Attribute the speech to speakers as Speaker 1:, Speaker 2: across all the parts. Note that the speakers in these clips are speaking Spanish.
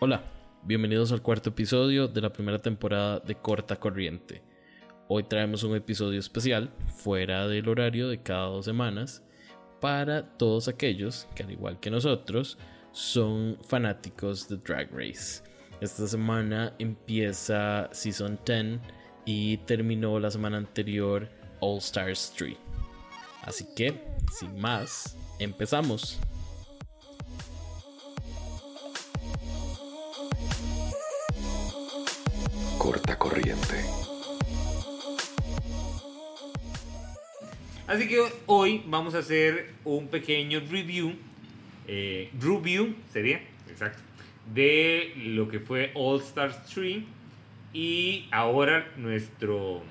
Speaker 1: Hola, bienvenidos al cuarto episodio de la primera temporada de Corta Corriente. Hoy traemos un episodio especial, fuera del horario de cada dos semanas, para todos aquellos que, al igual que nosotros, son fanáticos de Drag Race. Esta semana empieza Season 10 y terminó la semana anterior All Stars 3. Así que, sin más, empezamos.
Speaker 2: Corta corriente.
Speaker 3: Así que hoy vamos a hacer un pequeño review, eh, review sería, exacto, de lo que fue All Stars 3 y ahora nuestro,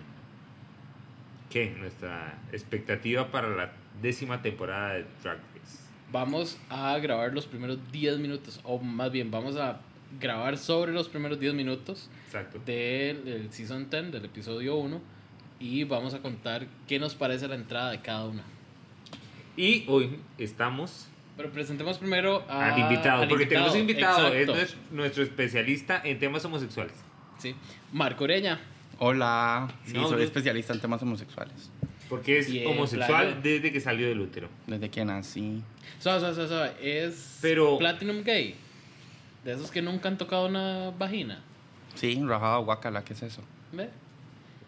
Speaker 3: ¿qué? Nuestra expectativa para la décima temporada de Drag Race.
Speaker 4: Vamos a grabar los primeros 10 minutos, o más bien, vamos a grabar sobre los primeros 10 minutos
Speaker 3: Exacto.
Speaker 4: del, del Season 10, del episodio 1, y vamos a contar qué nos parece la entrada de cada una.
Speaker 3: Y hoy estamos
Speaker 4: Pero presentemos primero a-
Speaker 3: al invitado,
Speaker 4: Ah, al
Speaker 3: porque tenemos un invitado, es
Speaker 4: exacto.
Speaker 3: nues- nuestro especialista en temas homosexuales.
Speaker 4: Sí. Marco Ureña,
Speaker 5: Hola, sí,
Speaker 3: No,
Speaker 5: soy
Speaker 3: no.
Speaker 5: especialista en temas homosexuales.
Speaker 3: Porque es
Speaker 4: Y en
Speaker 3: homosexual
Speaker 4: plano.
Speaker 3: desde que salió del útero.
Speaker 5: Desde Ah, que nací.
Speaker 4: suave, suave, suave, suave, es
Speaker 3: Pero-
Speaker 4: Platinum Gay, de esos que nunca han tocado una vagina.
Speaker 5: Sí, rajada guacala, ¿qué es eso?
Speaker 4: ¿Ve?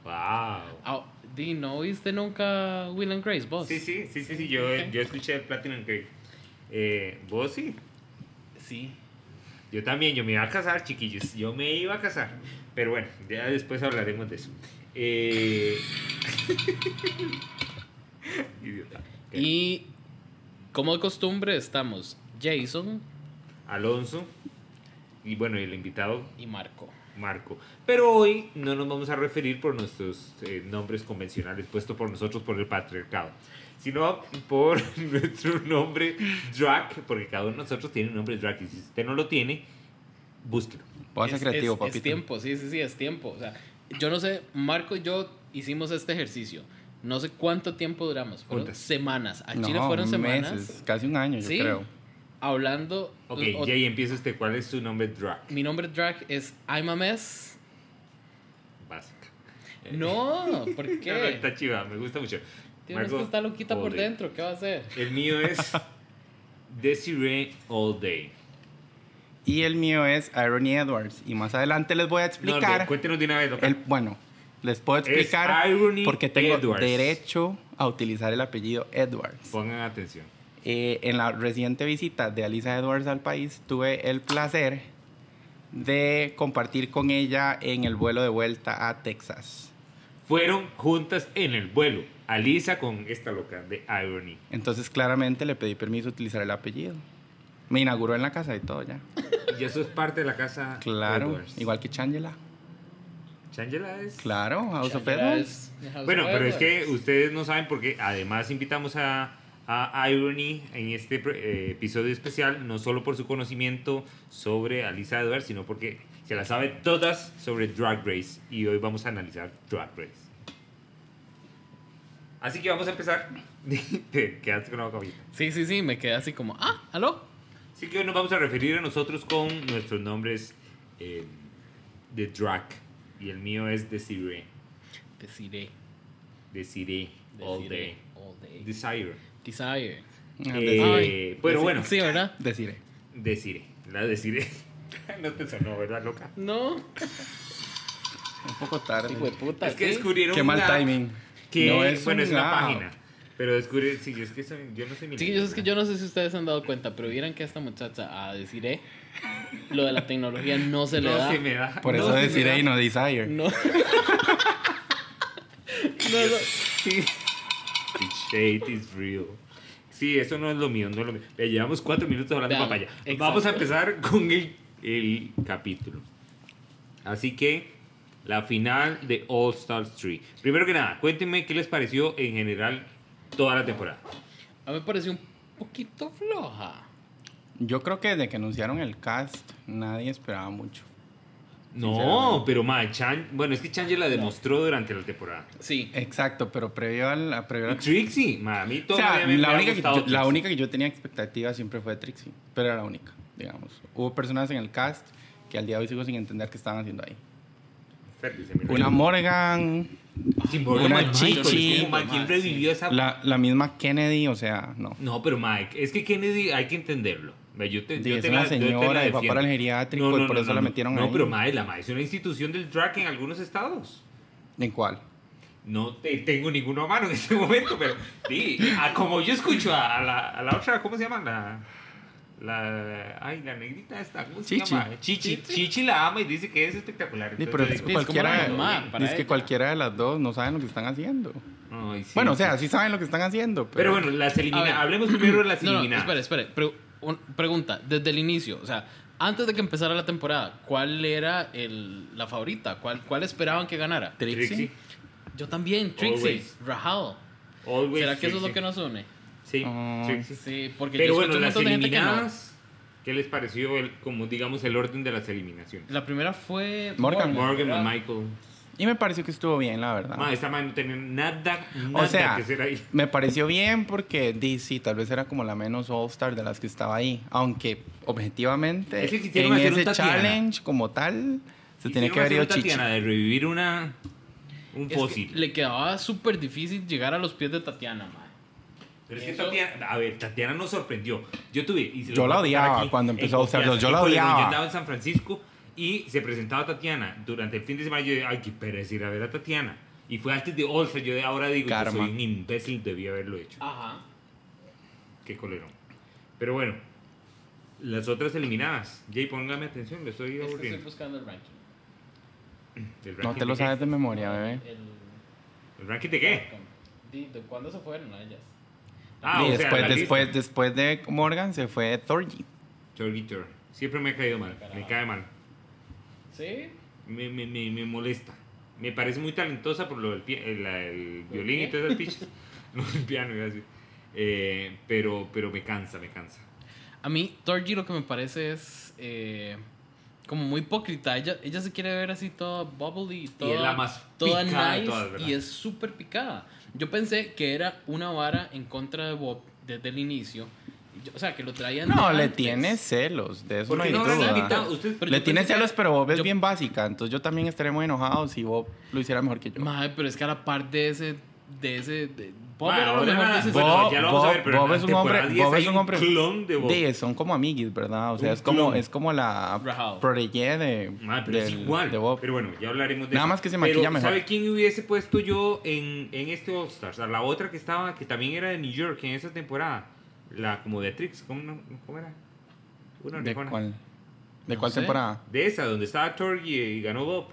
Speaker 3: ¡Wow!
Speaker 4: Ah, Di, ¿no viste nunca Will and Grace, vos?
Speaker 3: Sí, sí, sí, sí, sí, yo, yo escuché el Platinum Cake. Eh, Vos sí,
Speaker 4: Sí.
Speaker 3: yo también, yo me iba a casar, chiquillos, yo me iba a casar. Pero bueno, ya después hablaremos de eso. Eh... Idiota.
Speaker 4: Y como de costumbre estamos Jason
Speaker 3: Alonso y bueno, el invitado
Speaker 4: y Marco.
Speaker 3: Marco. Pero hoy no nos vamos a referir por nuestros eh, nombres convencionales puestos por nosotros por el patriarcado, sino por nuestro nombre drag, porque cada uno de nosotros tiene un nombre drag y si usted no lo tiene, búsquelo.
Speaker 5: Voy a ser
Speaker 4: Es-
Speaker 5: creativo,
Speaker 4: es,
Speaker 5: papito.
Speaker 4: Es tiempo, sí, sí, sí, es tiempo. O sea, yo no sé, Marco y yo hicimos este ejercicio. No sé cuánto tiempo duramos. Fueron
Speaker 3: Juntas.
Speaker 4: semanas. A
Speaker 5: No,
Speaker 4: Chile fueron semanas.
Speaker 5: meses, casi un año,
Speaker 4: Sí.
Speaker 5: yo creo.
Speaker 4: Hablando. eh,
Speaker 3: Ok,
Speaker 4: o-
Speaker 3: y ahí empieza usted. ¿Cuál es su nombre drag?
Speaker 4: mi nombre drag es I'm a mess.
Speaker 3: Básica.
Speaker 5: Eh.
Speaker 4: No, ¿por
Speaker 3: No, no,
Speaker 4: qué?
Speaker 3: está chiva, me gusta mucho.
Speaker 4: Tío, no es que
Speaker 3: Marco,
Speaker 4: está loquita por
Speaker 3: All Day.
Speaker 4: dentro. ¿Qué va a hacer?
Speaker 3: El mío es Desiree All Day.
Speaker 5: Y el mío es Irony Edwards. Y más adelante les voy a
Speaker 3: No,
Speaker 5: explicar.
Speaker 3: cuéntenos de una vez, loca.
Speaker 5: el, bueno, les puedo explicar
Speaker 3: Irony
Speaker 5: porque tengo
Speaker 3: Edwards.
Speaker 5: derecho a utilizar el apellido Edwards.
Speaker 3: Pongan atención.
Speaker 5: Eh, en la reciente visita de Alisa Edwards al país, tuve el placer de compartir con ella en el vuelo de vuelta a Texas.
Speaker 3: Fueron juntas en el vuelo. Alisa con esta loca de Irony.
Speaker 5: Entonces claramente le pedí permiso a utilizar el apellido. Me inauguró en la casa y todo ya.
Speaker 3: Y eso es parte de la casa.
Speaker 5: Claro,
Speaker 3: Edwards.
Speaker 5: igual que Changela.
Speaker 3: Changela es.
Speaker 5: Claro, House of
Speaker 4: Shangela
Speaker 5: Edwards.
Speaker 4: es House of
Speaker 3: Bueno, pero es que
Speaker 4: Edwards.
Speaker 3: ustedes no saben porque además invitamos a, a Irony en este eh, episodio especial, no solo por su conocimiento sobre Alisa Edwards, sino porque se la sabe todas sobre Drag Race y hoy vamos a analizar Drag Race. Así que vamos a empezar. Te quedaste con la boca abierta.
Speaker 4: Sí, sí, sí, me quedé así como, ah, aló.
Speaker 3: Así que hoy nos vamos a referir a nosotros con nuestros nombres eh, de drag. Y el mío es Desiree.
Speaker 4: Desiree.
Speaker 3: Desiree. All
Speaker 4: Desiree,
Speaker 3: day.
Speaker 4: All day.
Speaker 3: Desire.
Speaker 4: Desire.
Speaker 5: Ah,
Speaker 3: Eh,
Speaker 4: Ay,
Speaker 3: pero
Speaker 4: desi-
Speaker 3: bueno,
Speaker 4: Sí, ¿verdad?
Speaker 5: des- Desiree.
Speaker 3: deciré, la deciré. No te sonó, ¿verdad, loca?
Speaker 4: No.
Speaker 5: Un poco tarde.
Speaker 4: Hijo de puta.
Speaker 3: Es que
Speaker 4: sí.
Speaker 3: descubrieron
Speaker 5: Qué mal
Speaker 3: una-
Speaker 5: timing.
Speaker 3: Que,
Speaker 5: No es
Speaker 3: bueno,
Speaker 5: un
Speaker 3: es una
Speaker 5: lab.
Speaker 3: página. Pero descubrí, sí, yo es que soy- yo no soy mi
Speaker 4: Sí, yo, es que yo no sé si ustedes se han dado cuenta, pero vieran que a esta muchacha, a decir, eh, lo de la tecnología no se le
Speaker 3: no
Speaker 4: da.
Speaker 3: se me da.
Speaker 5: Por
Speaker 3: no
Speaker 5: eso
Speaker 3: se me da.
Speaker 5: Desiree y no Desire.
Speaker 4: No. no, no. Sí.
Speaker 3: The shade is real. Sí, eso no es lo mío, no es lo mío. Le llevamos cuatro minutos hablando
Speaker 4: Vean,
Speaker 3: papaya.
Speaker 4: exacto.
Speaker 3: Vamos a empezar con el, el capítulo. Así que, la final de All Stars 3. Primero que nada, cuéntenme qué les pareció en general toda la temporada.
Speaker 4: A mí me pareció un poquito floja.
Speaker 5: Yo creo que desde que anunciaron el cast, nadie esperaba mucho.
Speaker 3: No,
Speaker 5: Sinceramente.
Speaker 3: pero ma, Chan, bueno, es que Chan ya la demostró durante la temporada.
Speaker 4: Sí.
Speaker 5: Exacto, pero previo al- a previo
Speaker 3: Y
Speaker 5: al-
Speaker 3: Trixie, ma, a mí
Speaker 5: O sea,
Speaker 3: todavía me
Speaker 5: la
Speaker 3: hubiera
Speaker 5: única, que
Speaker 3: gustado
Speaker 5: yo, la
Speaker 3: Trixie.
Speaker 5: única que yo tenía expectativa siempre fue Trixie, pero era la única. digamos. Hubo personas en el cast que al día de hoy sigo sin entender qué estaban haciendo ahí.
Speaker 3: Fer, dice, mira,
Speaker 5: Una Morgan,
Speaker 3: sin volver
Speaker 5: una
Speaker 3: a Michael, es
Speaker 5: chichi.
Speaker 3: como Michael
Speaker 4: Sí.
Speaker 3: revivió esa
Speaker 5: la, la misma Kennedy, o sea, no.
Speaker 3: No, pero Mike, es que Kennedy hay que entenderlo. Ve, Yo te,
Speaker 5: Sí,
Speaker 3: yo
Speaker 5: es
Speaker 3: te la-
Speaker 5: una
Speaker 3: yo te
Speaker 5: señora
Speaker 3: la
Speaker 5: y va
Speaker 3: defiendo.
Speaker 5: para el geriátrico y por eso la metieron
Speaker 3: no,
Speaker 5: ahí.
Speaker 3: pero Mae, la Mae es una institución del drag en algunos estados.
Speaker 5: ¿En cuál?
Speaker 3: No te, tengo ninguno a mano en este momento, pero sí, a- como yo escucho a, a la, a la otra, ¿cómo se llama? La, la, ay, la negrita esta, ¿cómo se
Speaker 5: Chichi.
Speaker 3: llama? Chichi. Chichi la ama y dice que es espectacular.
Speaker 5: Sí,
Speaker 3: Entonces
Speaker 5: pero
Speaker 3: yo
Speaker 5: es que
Speaker 3: digo,
Speaker 4: es como
Speaker 5: cualquiera,
Speaker 4: la mamá para
Speaker 5: es que
Speaker 4: ella.
Speaker 5: cualquiera de las dos no saben lo que están haciendo.
Speaker 3: ay, sí,
Speaker 5: bueno, o
Speaker 3: sí.
Speaker 5: sea, sí saben lo que están haciendo. Pero,
Speaker 3: Pero bueno, las
Speaker 4: A ver.
Speaker 3: eliminadas. Hablemos primero de las
Speaker 4: No, no,
Speaker 3: eliminadas.
Speaker 4: espere, espere. Pre- un- pregunta, desde el inicio, o sea, antes de que empezara la temporada, ¿cuál era el- la favorita? ¿Cuál, ¿Cuál esperaban que ganara?
Speaker 3: Trixie.
Speaker 4: Yo también, Trixie,
Speaker 3: Always.
Speaker 4: Rahal.
Speaker 3: Always
Speaker 4: ¿Será que eso es lo
Speaker 3: Trixie.
Speaker 4: que nos une?
Speaker 3: Sí,
Speaker 5: Ah.
Speaker 3: Trixie.
Speaker 4: Sí, porque
Speaker 3: Pero
Speaker 4: yo
Speaker 3: bueno,
Speaker 4: escucho un
Speaker 3: las
Speaker 4: montón de gente que no.
Speaker 3: eliminadas, ¿qué les pareció el, como digamos el orden de las eliminaciones?
Speaker 4: La primera fue
Speaker 5: Morgan.
Speaker 3: Morgan
Speaker 4: ¿verdad? Ah.
Speaker 3: y Michael.
Speaker 5: y me pareció que estuvo bien, la verdad.
Speaker 3: Ma, esta man no tenía nada, nada
Speaker 5: o sea,
Speaker 3: que hacer ahí.
Speaker 5: me pareció bien porque DC tal vez era como la menos all-star de las que estaba ahí. Aunque, objetivamente,
Speaker 3: Es que quisieron
Speaker 5: en
Speaker 3: hacer un
Speaker 5: ese
Speaker 3: Tatiana.
Speaker 5: challenge como tal, se tenía
Speaker 3: Hicieron
Speaker 5: que haber
Speaker 3: hacer
Speaker 5: ido
Speaker 3: una
Speaker 5: Chichi.
Speaker 3: Tatiana de revivir una un
Speaker 4: Es que
Speaker 3: fósil.
Speaker 4: le quedaba súper difícil llegar a los pies de Tatiana, mae.
Speaker 3: Pero es que
Speaker 4: Eso-
Speaker 3: Tatiana, a ver, Tatiana nos sorprendió. Yo tuve. y se lo
Speaker 5: Yo la
Speaker 3: voy a contar
Speaker 5: odiaba cuando
Speaker 3: en
Speaker 5: empezó a usarlo,
Speaker 3: confianza.
Speaker 5: yo la
Speaker 3: por ejemplo,
Speaker 5: odiaba.
Speaker 3: Yo andaba en San Francisco y se presentaba Tatiana. Durante el fin de semana yo dije, ay, qué pereza ir a ver a Tatiana. Y fue antes de Olsa. Yo ahora digo
Speaker 5: Karma.
Speaker 3: que soy un imbécil, debí haberlo hecho.
Speaker 4: Ajá.
Speaker 3: Qué colero. Pero bueno, las otras eliminadas. Jay, póngame atención, le estoy
Speaker 4: Es que estoy
Speaker 3: aburriendo.
Speaker 4: buscando el ranking.
Speaker 3: ¿El
Speaker 5: No
Speaker 3: ranking
Speaker 5: te lo
Speaker 3: de qué?
Speaker 5: sabes de memoria, bebé.
Speaker 4: El...
Speaker 3: ¿El ranking de qué?
Speaker 4: ¿De, de cuándo se fueron a ellas?
Speaker 3: Ah,
Speaker 5: y
Speaker 3: o sea,
Speaker 5: después,
Speaker 3: la
Speaker 5: después,
Speaker 3: lista.
Speaker 5: después de Morgan se fue Thorgy.
Speaker 3: Chorgi Chor. Siempre me ha caído mal. Me cae mal.
Speaker 4: Sí.
Speaker 3: Me, me, me, me molesta. Me parece muy talentosa por lo del pie- el, la- el violín y
Speaker 4: qué?
Speaker 3: todas esas pichas. no, el piano, iba a decir. Eh, pero, pero me cansa, me cansa.
Speaker 4: A mí, Torgy lo que me parece es eh, como muy hipócrita. Ella, ella se quiere ver así toda bubbly y toda,
Speaker 3: es la más
Speaker 4: toda
Speaker 3: picada de
Speaker 4: nice
Speaker 3: todas, ¿verdad?
Speaker 4: y es súper picada. Yo pensé que era una vara en contra de Bob desde el inicio. Yo- o sea, que lo traían.
Speaker 5: No,
Speaker 4: de
Speaker 5: le
Speaker 4: antes.
Speaker 5: tiene celos. De eso no hay
Speaker 3: no habrán
Speaker 5: duda.
Speaker 3: invitado? Usted-
Speaker 4: Pero
Speaker 5: le
Speaker 4: yo
Speaker 5: tiene
Speaker 4: pensé que-
Speaker 5: celos, pero Bob es
Speaker 4: yo-
Speaker 5: bien básica. Entonces yo también estaría muy enojado si Bob lo hiciera mejor que yo.
Speaker 4: Mae, pero es que a la par de ese. De ese de- Bob
Speaker 3: Ma,
Speaker 4: era lo
Speaker 3: ahora
Speaker 4: mejor de
Speaker 3: nada.
Speaker 4: ese
Speaker 3: Bueno,
Speaker 5: Bob,
Speaker 3: ya lo vamos a
Speaker 5: Bob-
Speaker 3: ver, pero
Speaker 5: Bob
Speaker 3: en
Speaker 5: es un
Speaker 3: la
Speaker 5: hombre-
Speaker 3: temporada 10
Speaker 5: Bob es un
Speaker 3: hay
Speaker 5: hombre-
Speaker 3: clon de Bob.
Speaker 5: Sí, son como amiguis, ¿verdad? O sea,
Speaker 3: Un
Speaker 5: es como,
Speaker 3: clon.
Speaker 5: es como la
Speaker 4: Rahal.
Speaker 5: protege de,
Speaker 3: Ah, pero es
Speaker 5: del-
Speaker 3: igual.
Speaker 5: de Bob.
Speaker 3: Pero bueno, ya hablaremos de
Speaker 5: Nada
Speaker 3: eso.
Speaker 5: más que se maquilla
Speaker 3: Pero,
Speaker 5: mejor.
Speaker 3: ¿Sabe quién hubiese puesto yo en, en este All Stars? A la otra que estaba, que también era de New York en esa temporada. La como de Trix, ¿cómo, no- cómo era? Una
Speaker 5: ¿De
Speaker 3: orejona.
Speaker 5: cuál, de
Speaker 4: No
Speaker 5: cuál
Speaker 4: sé.
Speaker 5: temporada?
Speaker 3: De esa, donde estaba Torgy y ganó Bob.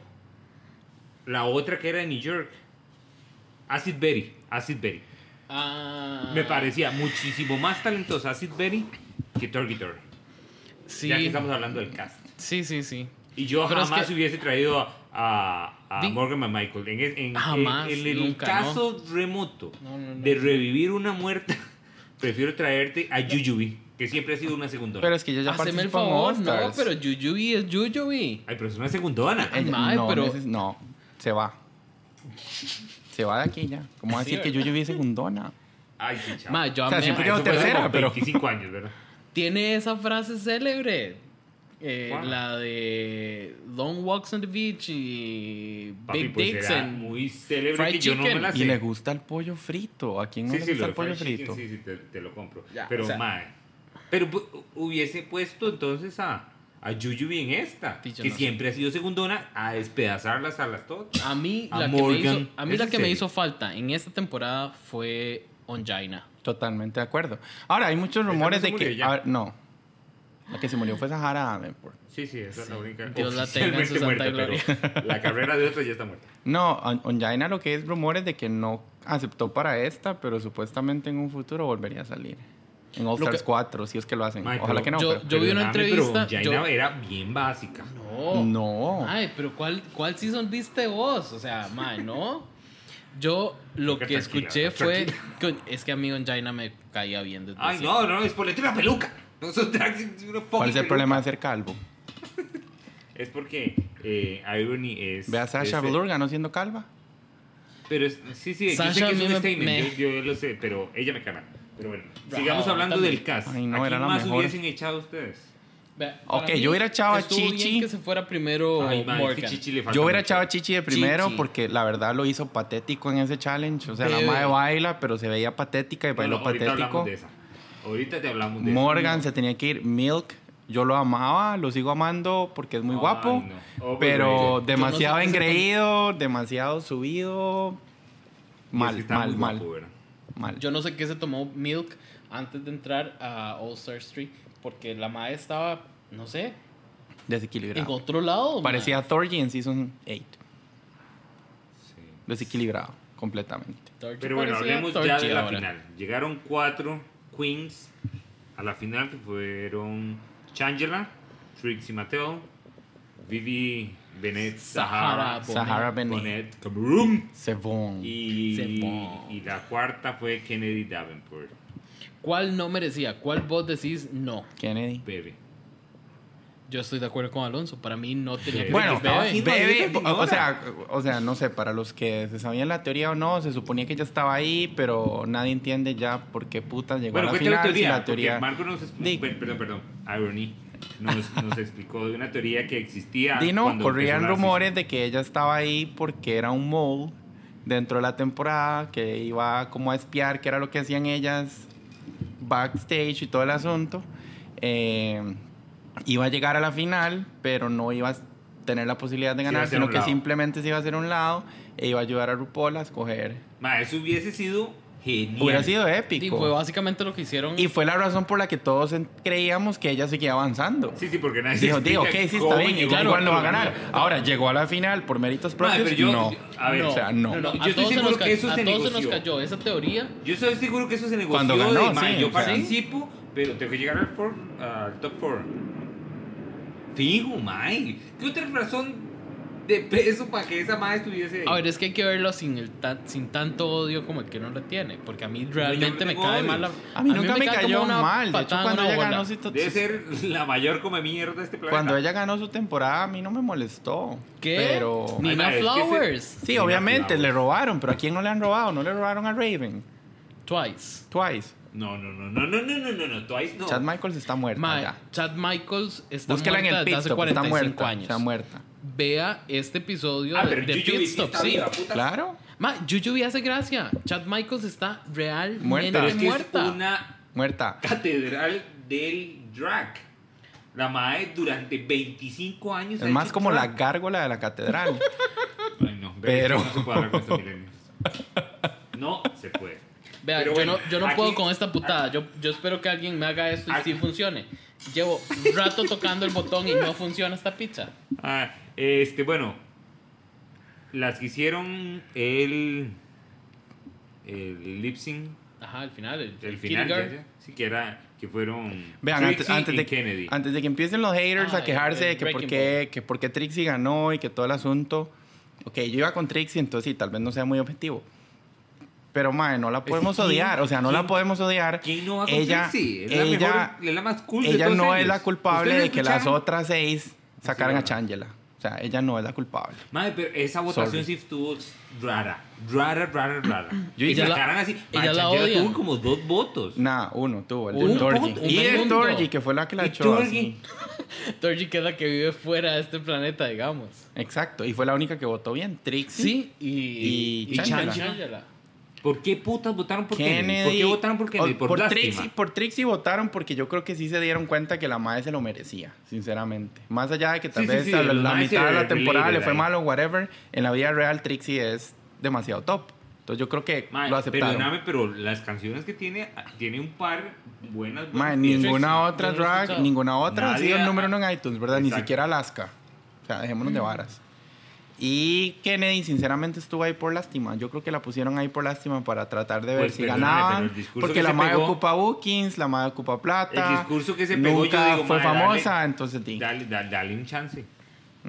Speaker 3: La otra que era de New York. Acid Berry. Acid Berry.
Speaker 4: Ah,
Speaker 3: Me parecía muchísimo más talentosa Acid Berry que Torgy Torgy.
Speaker 4: Sí,
Speaker 3: Ya que estamos hablando del cast.
Speaker 4: sí, sí, sí.
Speaker 3: Y yo
Speaker 4: Pero es
Speaker 3: jamás
Speaker 4: que-
Speaker 3: hubiese traído a, a- a
Speaker 4: Di-
Speaker 3: Morgan a Michael. En, es- en-
Speaker 4: Jamás,
Speaker 3: en- en el
Speaker 4: nunca,
Speaker 3: caso remoto
Speaker 4: No, no, no.
Speaker 3: de revivir una muerta, prefiero traerte a Yuyubi, que siempre ha sido una segundona.
Speaker 5: Pero es que ella ya
Speaker 4: Haceme el
Speaker 5: participó en
Speaker 4: favor, no,
Speaker 5: All-Stars.
Speaker 4: pero Yuyubi es Yuyubi.
Speaker 3: Ay, pero es una segundona.
Speaker 5: Ella-
Speaker 4: Mae,
Speaker 5: no,
Speaker 4: pero-
Speaker 5: neces- no, se va. Se va de aquí ya. ¿Cómo va a
Speaker 4: Sí,
Speaker 5: decir que yo llevé segundona?
Speaker 3: Ay, qué chavo.
Speaker 4: Ma, yo
Speaker 5: O sea,
Speaker 4: amé-
Speaker 5: siempre
Speaker 3: Ah,
Speaker 5: yo
Speaker 3: eso fue hace
Speaker 5: tercera,
Speaker 3: como
Speaker 5: pero-
Speaker 3: 25 años, ¿verdad?
Speaker 4: Tiene esa frase célebre. eh,
Speaker 3: ¿Cuál?
Speaker 4: la de Long Walks on the Beach y
Speaker 3: Papi,
Speaker 4: Big
Speaker 3: pues
Speaker 4: Dicks
Speaker 3: era
Speaker 4: and-
Speaker 3: muy célebre
Speaker 4: Fried
Speaker 3: que yo no me
Speaker 4: Chicken.
Speaker 3: la sé.
Speaker 5: Y le gusta el pollo frito. ¿A quién no
Speaker 3: Ah, Sí,
Speaker 5: le
Speaker 3: sí,
Speaker 5: gusta
Speaker 3: lo del
Speaker 5: el pollo
Speaker 3: fried chicken,
Speaker 5: frito?
Speaker 3: sí, sí, te, te lo compro.
Speaker 4: Ya,
Speaker 3: pero,
Speaker 4: o sea-
Speaker 3: mae, pero pu- hubiese puesto entonces a, a Yuyubi en esta,
Speaker 4: Sí, yo
Speaker 3: que
Speaker 4: no sé.
Speaker 3: siempre ha sido segundona, a despedazarlas a las todas.
Speaker 4: A mí,
Speaker 3: A
Speaker 4: la, que me,
Speaker 3: Morgan.
Speaker 4: hizo, a mí
Speaker 3: ¿Es
Speaker 4: la
Speaker 3: en
Speaker 4: que me
Speaker 3: serio?
Speaker 4: hizo falta en esta temporada fue Onjaina.
Speaker 5: Totalmente de acuerdo. Ahora, hay muchos
Speaker 3: no
Speaker 5: rumores
Speaker 3: se
Speaker 5: de
Speaker 3: murió
Speaker 5: que...
Speaker 3: ya.
Speaker 5: ah, no. La que se murió fue Sahara Davenport.
Speaker 3: Sí, sí, esa es la única.
Speaker 4: Dios la tenga en su
Speaker 3: oficialmente
Speaker 4: santa
Speaker 3: muerta, pero La carrera de otra ya está muerta.
Speaker 5: No, On- Onjaina lo que es rumores de que no aceptó para esta, pero supuestamente en un futuro volvería a salir. En All
Speaker 4: Lo
Speaker 5: Stars
Speaker 4: que-
Speaker 5: 4, si es que lo hacen.
Speaker 3: Michael,
Speaker 5: Ojalá que no.
Speaker 4: yo-
Speaker 5: pero-
Speaker 4: vi una
Speaker 3: Perdóname,
Speaker 4: entrevista,
Speaker 3: Pero
Speaker 4: yo-
Speaker 3: Jaina era bien básica.
Speaker 4: No.
Speaker 5: Oh. pues, No.
Speaker 4: Ay, pero ¿cuál, cuál season viste vos? O sea, mae, ¿no? Yo lo
Speaker 3: Tranquila,
Speaker 4: que escuché fue...
Speaker 3: tranquila.
Speaker 4: que- es que a mí Onjaina me caía bien desde
Speaker 3: Ay,
Speaker 4: siempre.
Speaker 3: no, no, es ponerte una peluca. No son drags, es una fucking
Speaker 5: ¿Cuál es el
Speaker 3: peluca.
Speaker 5: problema de ser calvo?
Speaker 3: Es porque eh, Irony es.
Speaker 5: Ve a Sasha
Speaker 3: es-
Speaker 5: Velour ganó siendo calva.
Speaker 3: Pero es- sí, sí, yo sé
Speaker 4: Sasha
Speaker 3: que es
Speaker 4: a mí
Speaker 3: un
Speaker 4: me-
Speaker 3: statement,
Speaker 4: me-
Speaker 3: Yo, yo lo sé, pero ella me cae mal. Pero bueno,
Speaker 4: Wow,
Speaker 3: sigamos hablando
Speaker 4: también.
Speaker 3: del cast.
Speaker 5: Ah, Ay, no,
Speaker 3: ¿A
Speaker 5: era
Speaker 3: quién
Speaker 5: la
Speaker 3: más
Speaker 5: mejor.
Speaker 3: hubiesen echado ustedes?
Speaker 4: Vea,
Speaker 5: Ok,
Speaker 4: para mí
Speaker 5: yo hubiera echado a
Speaker 4: estuvo bien
Speaker 5: Chichi.
Speaker 4: que se fuera primero
Speaker 3: Ay, mae, es que
Speaker 4: Morgan.
Speaker 3: Chichi le falta
Speaker 5: Oh, Yo hubiera
Speaker 3: mucho.
Speaker 5: echado a Chichi de primero
Speaker 4: Chichi.
Speaker 5: porque la verdad lo hizo patético en ese challenge. O sea, la
Speaker 4: Pero-
Speaker 5: madre baila, pero se veía patética y
Speaker 3: No, no,
Speaker 5: bailó
Speaker 3: ahorita hablamos
Speaker 5: patético.
Speaker 3: de esa. Ahorita te hablamos de esa.
Speaker 5: Morgan se tenía que ir. Milk, yo lo amaba, lo sigo amando porque es muy
Speaker 3: Ay,
Speaker 5: guapo.
Speaker 3: no. Oh, pues, Overrated.
Speaker 5: Pero
Speaker 3: Yo no
Speaker 5: demasiado
Speaker 4: sé qué se
Speaker 5: engreído, demasiado subido.
Speaker 3: Y es que
Speaker 5: Mal,
Speaker 3: está
Speaker 5: mal,
Speaker 3: muy
Speaker 5: mal,
Speaker 3: guapo, ¿verdad?
Speaker 5: mal.
Speaker 4: Yo no sé qué se tomó Milk antes de entrar a All Star Street porque la madre estaba, no sé, en
Speaker 5: Desequilibrado.
Speaker 4: otro lado. mae.
Speaker 5: Parecía Thorgy en Season 8.
Speaker 3: Sí.
Speaker 5: Desequilibrado, completamente.
Speaker 4: Torchy
Speaker 3: Pero bueno,
Speaker 4: parecía
Speaker 3: hablemos ya
Speaker 4: Torchy
Speaker 3: de la
Speaker 4: ahora.
Speaker 3: final. Llegaron cuatro queens a la final que fueron Changela, Trixie Mattel, Vivi Bennett,
Speaker 4: Sahara
Speaker 3: Sahara,
Speaker 5: Sahara Benet.
Speaker 3: Bonet, Kabrum,
Speaker 5: Sebon.
Speaker 3: y,
Speaker 4: Sebon.
Speaker 3: y la cuarta fue Kennedy Davenport,
Speaker 4: ¿Cuál no merecía? ¿Cuál vos decís no?
Speaker 5: Kennedy.
Speaker 3: bebé.
Speaker 4: Yo estoy de acuerdo con Alonso. Para mí no tenía que
Speaker 5: Bueno,
Speaker 4: meter Bebe.
Speaker 3: así,
Speaker 5: Bebe,
Speaker 3: maldita
Speaker 5: o
Speaker 3: señora.
Speaker 5: sea, o sea, no sé, para los que se sabían la teoría o no, se suponía que ya estaba ahí, pero nadie entiende ya por qué puta llegó
Speaker 3: Bueno,
Speaker 5: a la
Speaker 3: cuéntale
Speaker 5: final.
Speaker 3: la
Speaker 5: si
Speaker 3: teoría.
Speaker 5: la teoría-
Speaker 3: porque Marco nos
Speaker 5: Di.
Speaker 3: explicó, perdón, perdón, Irony, nos, nos explicó de una teoría que existía.
Speaker 5: Dino,
Speaker 3: cuando
Speaker 5: corrían
Speaker 3: empezó la
Speaker 5: rumores
Speaker 3: season.
Speaker 5: de que ella estaba ahí porque era un mole dentro de la temporada, que iba como a espiar qué era lo que hacían ellas backstage y todo el asunto. Eh, iba a llegar a la final, pero no iba a tener la posibilidad de
Speaker 3: Se iba a
Speaker 5: ganar,
Speaker 3: hacer
Speaker 5: sino
Speaker 3: un
Speaker 5: que
Speaker 3: lado.
Speaker 5: simplemente se iba a hacer un lado e iba a ayudar a RuPaul a escoger.
Speaker 3: Ma, eso hubiese sido genial.
Speaker 5: Hubiera sido
Speaker 4: Y fue
Speaker 5: épico.
Speaker 4: básicamente lo que hicieron.
Speaker 5: Y fue la razón por la que todos en- creíamos que ella seguía avanzando.
Speaker 3: Sí, sí, porque nadie
Speaker 5: Dijo,
Speaker 3: explica
Speaker 5: digo, ok, sí,
Speaker 3: cómo
Speaker 5: está bien,
Speaker 3: llegó
Speaker 5: ella
Speaker 3: al
Speaker 5: igual no va a
Speaker 3: cuarto
Speaker 5: ganar.
Speaker 3: lugar.
Speaker 5: Ahora, llegó a la final por méritos
Speaker 3: Ma,
Speaker 5: propios,
Speaker 3: pero yo-
Speaker 5: no.
Speaker 3: a ver,
Speaker 5: o sea, no.
Speaker 3: no,
Speaker 4: a
Speaker 3: yo
Speaker 4: todos
Speaker 3: estoy
Speaker 4: se
Speaker 3: seguro
Speaker 4: nos
Speaker 3: que
Speaker 4: ca-
Speaker 3: eso
Speaker 4: a
Speaker 3: se
Speaker 4: todos se nos
Speaker 3: negoció.
Speaker 4: cayó. Esa teoría
Speaker 3: Yo estoy seguro que eso se negoció.
Speaker 5: Cuando
Speaker 3: de,
Speaker 5: ganó,
Speaker 3: ma,
Speaker 5: sí,
Speaker 3: yo
Speaker 5: o sea.
Speaker 3: participo, pero tengo que llegar al, four- al top 4. Fijo, mae. ¿Qué otra razón de peso para que esa mae estuviese?
Speaker 4: A ver, es que hay que verlo sin, el ta- sin tanto odio como el que no la tiene. Porque a mí realmente
Speaker 3: yo no
Speaker 4: me
Speaker 3: tengo
Speaker 4: cae
Speaker 3: odio.
Speaker 4: mal. la-
Speaker 5: A mí nunca me
Speaker 4: cae como
Speaker 5: cayó
Speaker 4: una
Speaker 5: mal. De hecho,
Speaker 4: patada en
Speaker 5: cuando
Speaker 4: una
Speaker 5: ella
Speaker 4: bola.
Speaker 5: ganó su-
Speaker 3: Debe ser la mayor come mierda de este planeta.
Speaker 5: cuando ella ganó su temporada, a mí no me molestó.
Speaker 4: ¿Qué?
Speaker 5: Pero.
Speaker 3: Ay, ma,
Speaker 4: Nina
Speaker 3: es que ese-
Speaker 4: Flowers.
Speaker 5: Sí,
Speaker 3: Nina
Speaker 5: obviamente,
Speaker 3: Flowers.
Speaker 5: le robaron, pero ¿a quién no le han robado? No le robaron a Raven.
Speaker 4: Twice.
Speaker 5: Twice.
Speaker 3: No, no, no, no, no, no, no, no, no. Twice no.
Speaker 5: Chad Michaels está muerta.
Speaker 4: Ma,
Speaker 5: ya.
Speaker 4: Chad Michaels está
Speaker 5: Búscala en
Speaker 4: muerta desde
Speaker 5: el pit
Speaker 4: hace
Speaker 5: stop, está
Speaker 4: 45
Speaker 5: muerta.
Speaker 4: años.
Speaker 5: Está muerta.
Speaker 4: Vea este episodio
Speaker 3: Ah,
Speaker 4: de,
Speaker 3: pero
Speaker 4: de
Speaker 3: Jujuy
Speaker 4: Pit
Speaker 3: sí
Speaker 4: Stop.
Speaker 3: está
Speaker 4: sí.
Speaker 3: viva, puta.
Speaker 5: Claro.
Speaker 4: Ma, Jujubi hace gracia. Chad Michaels está realmente muerta.
Speaker 5: Muerta. Pero
Speaker 3: Es que es una
Speaker 5: Muerta.
Speaker 3: catedral del drag. La mae durante 25 años. ha
Speaker 5: Es más
Speaker 3: hecho
Speaker 5: como la
Speaker 3: drag.
Speaker 5: gárgola de la catedral.
Speaker 3: Ay, no,
Speaker 5: Pero-
Speaker 3: pero. No se puede hablar con estos millennials. No se puede.
Speaker 4: Vea,
Speaker 3: Pero
Speaker 4: yo,
Speaker 3: bueno,
Speaker 4: no, yo no
Speaker 3: aquí-
Speaker 4: puedo con esta putada. Yo, yo espero que alguien me haga esto y
Speaker 3: Aquí-
Speaker 4: sí funcione. Llevo rato tocando el botón y no funciona esta pizza.
Speaker 3: Ah, este, bueno. Las que hicieron el. El lip sync.
Speaker 4: Ajá, al final. El,
Speaker 3: El
Speaker 4: el
Speaker 3: final.
Speaker 4: Kindergarten.
Speaker 3: ya, ya, Sí, que era. Que fueron.
Speaker 5: Vean, antes,
Speaker 3: Trixie
Speaker 5: antes
Speaker 3: y
Speaker 5: de,
Speaker 3: Kennedy.
Speaker 5: antes de que empiecen los haters
Speaker 4: Ah,
Speaker 5: a quejarse
Speaker 4: el
Speaker 5: de que por,
Speaker 4: Wrecking
Speaker 5: qué, que por qué Trixie ganó y que todo el asunto. Ok, yo iba con Trixie, entonces sí, tal vez no sea muy objetivo. Pero, madre, no la
Speaker 3: que
Speaker 5: podemos
Speaker 3: ¿quién-
Speaker 5: odiar. O sea, no la
Speaker 3: quién-
Speaker 5: podemos odiar.
Speaker 3: ¿Quién no va con
Speaker 5: ella,
Speaker 3: Trixie? Es la
Speaker 5: ella,
Speaker 3: mejor. Es la más cool de
Speaker 5: ella
Speaker 3: todos
Speaker 5: no es
Speaker 3: ellos.
Speaker 5: la culpable
Speaker 3: ¿Ustedes
Speaker 5: de que las
Speaker 3: escucharon?
Speaker 5: otras seis sacaran
Speaker 3: Así
Speaker 5: a
Speaker 3: va.
Speaker 5: Changela. O sea, ella no es la culpable.
Speaker 3: Madre, pero esa votación
Speaker 5: Sorry.
Speaker 3: sí estuvo rara. Rara, rara, rara.
Speaker 5: Yo
Speaker 3: y
Speaker 5: hice-
Speaker 3: la
Speaker 4: Ella la-
Speaker 3: sacaran así.
Speaker 4: ella la
Speaker 3: Mancha,
Speaker 4: odian.
Speaker 3: tuvo como dos votos.
Speaker 5: Nada, uno tuvo, el
Speaker 4: Un
Speaker 5: de Torgy.
Speaker 4: punto, un
Speaker 5: Y el
Speaker 4: punto.
Speaker 5: Torgy, que fue la que la
Speaker 3: Y
Speaker 5: echó. así.
Speaker 3: Torgy.
Speaker 4: Torgy, que es la que vive fuera de este planeta, digamos.
Speaker 5: Exacto, y fue la única que votó bien. Trixie.
Speaker 4: Sí, y,
Speaker 5: Y Changela.
Speaker 4: Changela.
Speaker 3: ¿Por qué putas votaron por Kennedy?
Speaker 5: Kennedy.
Speaker 3: ¿Por qué votaron por Kennedy?
Speaker 5: o-
Speaker 3: Por, lástima.
Speaker 5: Trixie, por Trixie votaron porque yo creo que sí se dieron cuenta que la madre se lo merecía, sinceramente. Más allá de que tal
Speaker 3: Sí, sí,
Speaker 5: vez
Speaker 3: sí,
Speaker 5: a la,
Speaker 3: los
Speaker 5: la
Speaker 3: maes
Speaker 5: mitad
Speaker 3: se
Speaker 5: de la temporada
Speaker 3: related
Speaker 5: le fue
Speaker 3: ahí.
Speaker 5: malo, whatever, en la vida real Trixie es demasiado top. Entonces yo creo que
Speaker 3: Madre,
Speaker 5: lo aceptaron.
Speaker 3: Perdóname, pero las canciones que tiene, tiene un par buenas. buenas
Speaker 5: Madre,
Speaker 3: piezas.
Speaker 5: ninguna
Speaker 4: Trixie, yo
Speaker 5: otra
Speaker 4: no he
Speaker 5: drag,
Speaker 4: escuchado.
Speaker 5: ninguna otra ha
Speaker 3: Nadie
Speaker 5: sido el
Speaker 3: ha-
Speaker 5: número uno en iTunes, ¿verdad? Ni
Speaker 3: Exacto. Mm.
Speaker 5: siquiera Alaska. O sea, dejémonos de varas. Y Kennedy, sinceramente, estuvo ahí por lástima. Yo creo que la pusieron ahí por lástima para tratar de ver
Speaker 3: Pues,
Speaker 5: si
Speaker 3: perdóname, pero
Speaker 5: ganaban.
Speaker 3: el discurso
Speaker 5: Porque
Speaker 3: que
Speaker 5: la
Speaker 3: se
Speaker 5: madre
Speaker 3: pegó-
Speaker 5: ocupa bookings, la madre ocupa plata.
Speaker 3: El discurso que se
Speaker 5: nunca
Speaker 3: pegó, yo digo,
Speaker 5: fue
Speaker 3: madre,
Speaker 5: famosa,
Speaker 3: dale.
Speaker 5: entonces di.
Speaker 3: Dale, dale, dale un chance. Se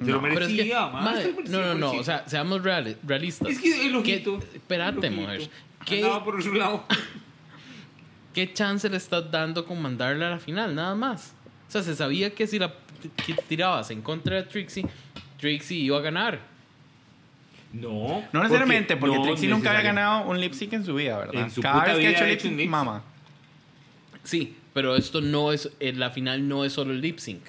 Speaker 5: No.
Speaker 3: lo
Speaker 4: Pero es
Speaker 3: merecía,
Speaker 4: que,
Speaker 3: madre,
Speaker 4: madre,
Speaker 3: se lo merecía,
Speaker 4: no, no, no,
Speaker 3: pobrecito.
Speaker 4: o sea, seamos reali- realistas.
Speaker 3: Es que el
Speaker 4: ¿Qué-
Speaker 3: ojito.
Speaker 4: Espérate,
Speaker 3: el ojito.
Speaker 4: mujer. ¿Qué,
Speaker 3: Andaba por su lado.
Speaker 4: ¿Qué chance le estás dando con mandarla a la final? Nada más. O sea, se sabía que si la que tirabas en contra de Trixie, Trixie iba a ganar.
Speaker 3: No.
Speaker 5: No necesariamente, porque,
Speaker 3: no
Speaker 5: Trixie nunca había
Speaker 3: necesariamente.
Speaker 5: ganado un lip sync en su vida, ¿verdad?
Speaker 3: En su
Speaker 5: Cada
Speaker 3: puta
Speaker 5: vez que
Speaker 3: vida
Speaker 5: ha hecho
Speaker 3: ha
Speaker 5: lip
Speaker 3: hecho un
Speaker 5: sync,
Speaker 3: lip-sync.
Speaker 5: mama.
Speaker 4: Sí, Pero esto no es, en la final no es solo el lip sync.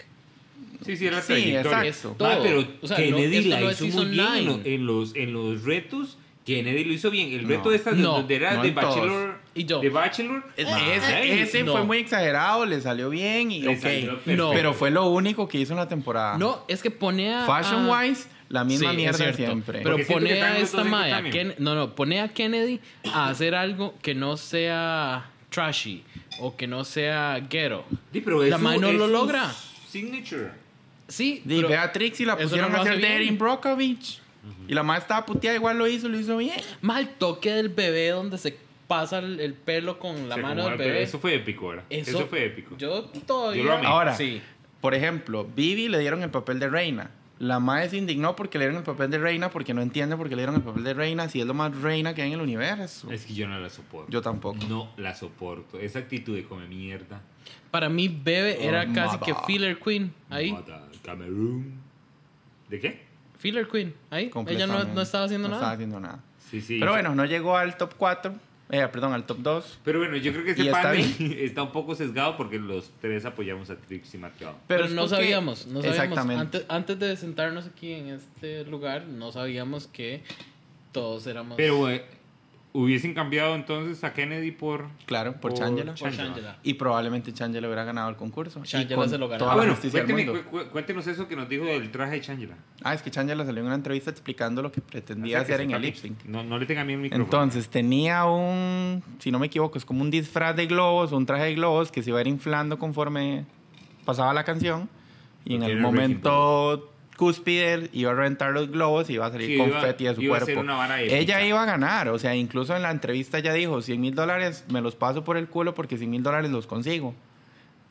Speaker 3: Sí, sí, era la
Speaker 5: Sí,
Speaker 3: trayectoria.
Speaker 5: exacto.
Speaker 4: Es todo.
Speaker 3: Ah, pero
Speaker 4: O sea, no-
Speaker 3: Kennedy
Speaker 4: esto
Speaker 3: la
Speaker 4: no es
Speaker 3: hizo muy
Speaker 4: season
Speaker 3: bien en lo-
Speaker 4: nine.
Speaker 3: en los, en los retos. Kennedy lo hizo bien. El
Speaker 5: No,
Speaker 3: reto de estas de-
Speaker 4: no,
Speaker 3: donde era
Speaker 5: no
Speaker 3: de
Speaker 5: en todos.
Speaker 3: Bachelor.
Speaker 4: Y yo.
Speaker 3: De Bachelor.
Speaker 5: Es-
Speaker 3: ah,
Speaker 5: ese ese
Speaker 4: no.
Speaker 5: fue muy exagerado, le salió bien y
Speaker 3: le
Speaker 5: ok.
Speaker 3: salió
Speaker 4: No.
Speaker 3: perfecto.
Speaker 5: Pero fue lo único que hizo en la temporada.
Speaker 4: No, es que pone a.
Speaker 5: Ah. Fashion
Speaker 4: a-
Speaker 5: wise, la
Speaker 4: Sí,
Speaker 5: misma
Speaker 4: es
Speaker 5: mierda de
Speaker 4: cierto.
Speaker 5: siempre.
Speaker 4: Pero
Speaker 3: Porque siento que
Speaker 4: pone
Speaker 3: están
Speaker 4: a
Speaker 3: los
Speaker 4: esta
Speaker 3: dos en
Speaker 4: mae, a
Speaker 3: contagio.
Speaker 4: Ken- no, no, pone a Kennedy a hacer algo que no sea trashy o que no sea ghetto.
Speaker 3: Sí, pero
Speaker 4: La
Speaker 3: es su-
Speaker 4: mae no
Speaker 3: es
Speaker 4: lo
Speaker 3: su
Speaker 4: logra.
Speaker 3: Signature.
Speaker 4: Sí,
Speaker 5: Di,
Speaker 4: pero-
Speaker 5: ve a Trixie la
Speaker 4: eso
Speaker 5: pusieron
Speaker 4: no
Speaker 5: a
Speaker 4: lo
Speaker 5: hacer
Speaker 4: hace bien.
Speaker 5: Erin Brockovich. Y la madre estaba puteada, igual lo hizo, lo hizo bien.
Speaker 4: mal toque del bebé donde se pasa el, el pelo con la
Speaker 3: Se
Speaker 4: mano del
Speaker 3: acomodó el
Speaker 4: bebé.
Speaker 3: pelo. Eso fue épico ahora. Eso, fue épico.
Speaker 4: Yo todavía.
Speaker 3: Yo lo amé.
Speaker 5: Ahora,
Speaker 4: sí.
Speaker 5: por ejemplo, Vivi le dieron el papel de reina. La madre se indignó porque le dieron el papel de reina, porque no entiende por qué le dieron el papel de reina, si es lo más reina que hay en el universo.
Speaker 3: Es que yo no la soporto.
Speaker 5: Yo tampoco.
Speaker 3: No la soporto. Esa actitud de come mierda.
Speaker 4: Para mí, Bebe era
Speaker 5: Oh,
Speaker 4: casi
Speaker 5: mother.
Speaker 4: que filler queen. Ahí.
Speaker 3: Mata, Camerún. ¿De qué?
Speaker 4: Filler queen. Ahí. Ella no,
Speaker 5: Completamente.
Speaker 4: no estaba haciendo
Speaker 5: No
Speaker 4: nada.
Speaker 5: estaba haciendo nada.
Speaker 3: Sí, sí.
Speaker 5: Pero bueno, no llegó al top 4, eh, perdón, al top 2.
Speaker 3: Pero bueno, yo creo que
Speaker 5: Y
Speaker 3: ese
Speaker 5: está
Speaker 3: panel está, un poco sesgado porque los tres apoyamos a Trixie Mateo.
Speaker 4: Pero,
Speaker 5: es
Speaker 4: no
Speaker 5: porque-
Speaker 4: sabíamos, no sabíamos.
Speaker 5: Exactamente.
Speaker 4: Antes, antes de sentarnos aquí en este lugar, no sabíamos que todos éramos
Speaker 3: Pero eh, hubiesen cambiado entonces a Kennedy por.
Speaker 5: Claro, por, Changela.
Speaker 4: por Shangela.
Speaker 5: Y probablemente Changela hubiera ganado el concurso. Y
Speaker 4: Shangela
Speaker 5: con
Speaker 4: se lo ganó.
Speaker 5: toda
Speaker 3: Ah,
Speaker 5: la
Speaker 3: bueno,
Speaker 5: justicia del
Speaker 3: cuénteme-
Speaker 5: mundo.
Speaker 3: cu- cu- cuéntenos eso que nos dijo del traje de Changela.
Speaker 5: Ah, es que Changela salió en una entrevista explicando lo que pretendía hacer en el lip sync.
Speaker 3: No, no le tenga miedo al micrófono.
Speaker 5: Entonces tenía un, si no me equivoco, es como un disfraz de globos, un traje de globos que se iba a ir inflando conforme pasaba la canción. Y en
Speaker 3: Porque
Speaker 5: el
Speaker 3: era
Speaker 5: momento cúspide iba a reventar los globos y iba a salir
Speaker 3: Sí, iba-
Speaker 5: confeti de su
Speaker 3: iba a
Speaker 5: cuerpo.
Speaker 3: ser una vara épica.
Speaker 5: Ella iba a ganar, o sea, incluso en la entrevista ya dijo, 100 mil dólares me los paso por el culo porque 100 mil dólares los consigo.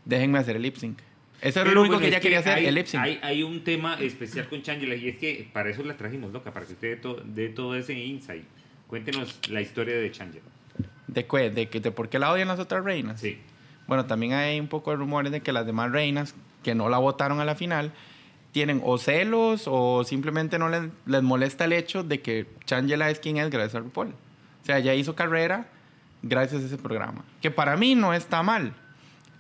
Speaker 5: Déjenme hacer el lip sync. Eso era
Speaker 3: Pero
Speaker 5: lo único
Speaker 3: bueno,
Speaker 5: que
Speaker 3: es
Speaker 5: ella quería hacer,
Speaker 3: hay,
Speaker 5: el lip sync.
Speaker 3: Hay, hay un tema especial con Changela y es que para eso la trajimos, loca, para que usted dé to- dé todo ese insight. Cuéntenos la historia de Changela.
Speaker 5: ¿De, qué? ¿De, que- de por qué la odian las otras reinas?
Speaker 3: Sí.
Speaker 5: Bueno, también hay un poco de rumores de que las demás reinas que no la votaron a la final tienen o celos o simplemente no les, les molesta el hecho de que Changela es quien es gracias a RuPaul. O sea, ella hizo carrera gracias a ese programa. Que para mí no está mal,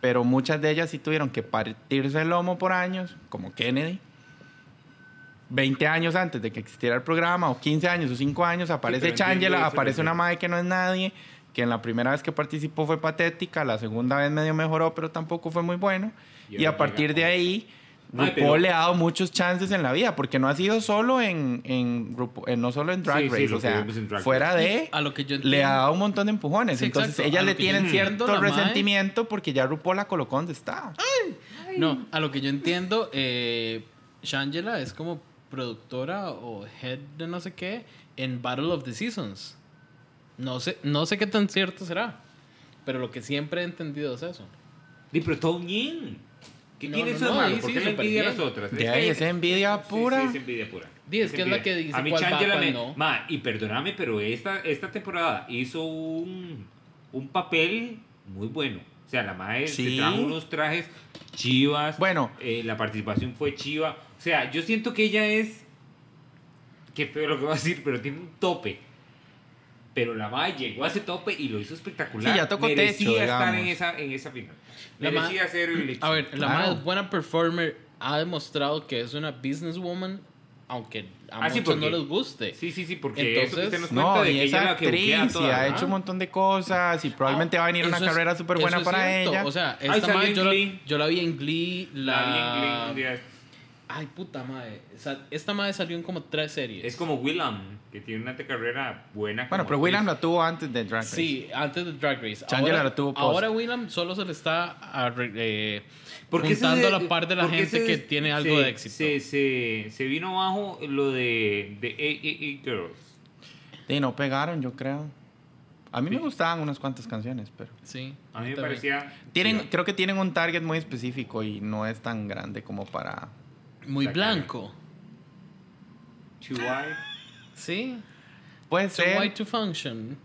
Speaker 5: pero muchas de ellas sí tuvieron que partirse el lomo por años, como Kennedy. 20 años antes de que existiera el programa, o 15 años, o 5 años, aparece
Speaker 3: pero entiendo
Speaker 5: Changela,
Speaker 3: ese
Speaker 5: aparece una
Speaker 3: recuerdo.
Speaker 5: madre que no es nadie, que en la primera vez que participó fue patética, la segunda vez medio mejoró, pero tampoco fue muy bueno.
Speaker 3: Y
Speaker 5: Y, a
Speaker 3: ahora
Speaker 5: partir de
Speaker 3: llega
Speaker 5: ahí,
Speaker 3: Mae,
Speaker 5: RuPaul
Speaker 3: pero-
Speaker 5: le ha dado muchos chances en la vida, porque no ha sido solo en, en, RuPaul- eh, no solo en Drag
Speaker 3: Sí, sí,
Speaker 5: Race,
Speaker 3: lo
Speaker 5: o
Speaker 3: que
Speaker 5: sea,
Speaker 3: vimos en Drag
Speaker 5: fuera
Speaker 4: Y
Speaker 5: de...
Speaker 4: a lo que yo entiendo.
Speaker 5: Le ha dado un montón de empujones,
Speaker 4: Sí,
Speaker 5: entonces
Speaker 4: exacto, a
Speaker 5: ellas
Speaker 4: lo
Speaker 5: le
Speaker 4: que yo
Speaker 5: tienen
Speaker 4: entiendo,
Speaker 5: cierto
Speaker 4: la Ah, mae-
Speaker 5: resentimiento porque ya RuPaul la colocó donde está.
Speaker 4: No, a lo que yo entiendo, eh, Shangela es como productora o head de no sé qué en Battle of the Seasons. No sé, no sé qué tan cierto será, pero lo que siempre he entendido es eso.
Speaker 3: Sí, pero todo bien. ¿Qué
Speaker 4: No,
Speaker 3: tiene
Speaker 4: no,
Speaker 3: eso de
Speaker 4: no,
Speaker 3: malo?
Speaker 4: ahí
Speaker 3: ¿Por
Speaker 4: sí,
Speaker 3: qué le
Speaker 4: súper
Speaker 3: envidia a
Speaker 4: bien.
Speaker 3: las otras?
Speaker 5: De
Speaker 3: que-
Speaker 5: ahí es envidia pura.
Speaker 3: Sí, sí, es envidia pura.
Speaker 4: Di, es que es la
Speaker 3: envidia.
Speaker 4: que dice
Speaker 3: A mí
Speaker 4: cuál va,
Speaker 3: Changela
Speaker 4: cuál
Speaker 3: me-
Speaker 4: no.
Speaker 3: Ma, y perdóname, pero esta, esta temporada hizo un, un papel muy bueno. O sea, la madre
Speaker 5: Sí.
Speaker 3: se trajo unos trajes chivas.
Speaker 5: Bueno.
Speaker 3: Eh, la participación fue chiva. O sea, yo siento que ella es... Qué feo lo que voy a decir, pero tiene un tope. Pero la madre llegó a ese tope y lo hizo espectacular.
Speaker 5: Sí, ya tocó
Speaker 3: Merecía
Speaker 5: techo,
Speaker 3: estar en
Speaker 5: digamos.
Speaker 3: esa, en esa final.
Speaker 4: La ma-
Speaker 3: Merecía ser el
Speaker 4: A ver, la
Speaker 5: Claro.
Speaker 4: madre es buena performer, ha demostrado que es una businesswoman, aunque a
Speaker 3: Ah, sí,
Speaker 4: muchos
Speaker 3: porque-
Speaker 4: no les guste.
Speaker 3: Sí, sí, sí, porque eso que usted nos
Speaker 4: Entonces,
Speaker 3: cuenta
Speaker 5: No,
Speaker 3: de
Speaker 5: y
Speaker 3: que
Speaker 5: esa
Speaker 3: ella la que
Speaker 5: actriz
Speaker 3: buquea a
Speaker 5: y
Speaker 3: todas,
Speaker 5: ha
Speaker 3: ¿no?
Speaker 5: hecho un montón de cosas y probablemente va a venir una
Speaker 4: Ah, Eso es-
Speaker 5: carrera súper
Speaker 4: eso
Speaker 5: buena
Speaker 4: es
Speaker 5: para
Speaker 4: cierto.
Speaker 5: ella.
Speaker 4: O sea,
Speaker 3: Ay,
Speaker 4: esta
Speaker 3: salió
Speaker 4: madre
Speaker 3: en
Speaker 4: yo la,
Speaker 3: Glee.
Speaker 4: yo la vi en Glee, la...
Speaker 3: La vi en Glee un día.
Speaker 4: Ay, puta madre. O sea, esta madre salió en como tres series.
Speaker 3: Es como Willam, que tiene una carrera buena.
Speaker 5: bueno,
Speaker 3: como
Speaker 5: pero
Speaker 3: actriz.
Speaker 5: William la tuvo antes de Drag Race.
Speaker 4: Sí, antes de Drag Race.
Speaker 5: Chandler
Speaker 4: ahora,
Speaker 5: la tuvo post.
Speaker 4: ahora Willam solo se le está arre- eh,
Speaker 3: ¿Por qué se
Speaker 4: juntando
Speaker 3: de-
Speaker 4: a la par de la
Speaker 3: por qué
Speaker 4: gente
Speaker 3: se
Speaker 4: que
Speaker 3: des-
Speaker 4: tiene
Speaker 3: se-
Speaker 4: algo de éxito.
Speaker 3: Se, se, se vino abajo lo de, de AAA Girls.
Speaker 5: Y no pegaron, yo creo. A mí me gustaban unas cuantas canciones, pero...
Speaker 4: Sí,
Speaker 3: A mí me
Speaker 4: también.
Speaker 3: parecía...
Speaker 5: Tienen,
Speaker 3: Sí,
Speaker 5: Creo que tienen un target muy específico y no es tan grande como para...
Speaker 4: Muy
Speaker 3: Está claro.
Speaker 4: blanco.
Speaker 3: Too White.
Speaker 4: Sí.
Speaker 5: Puede
Speaker 4: So
Speaker 5: ser,
Speaker 4: white to function.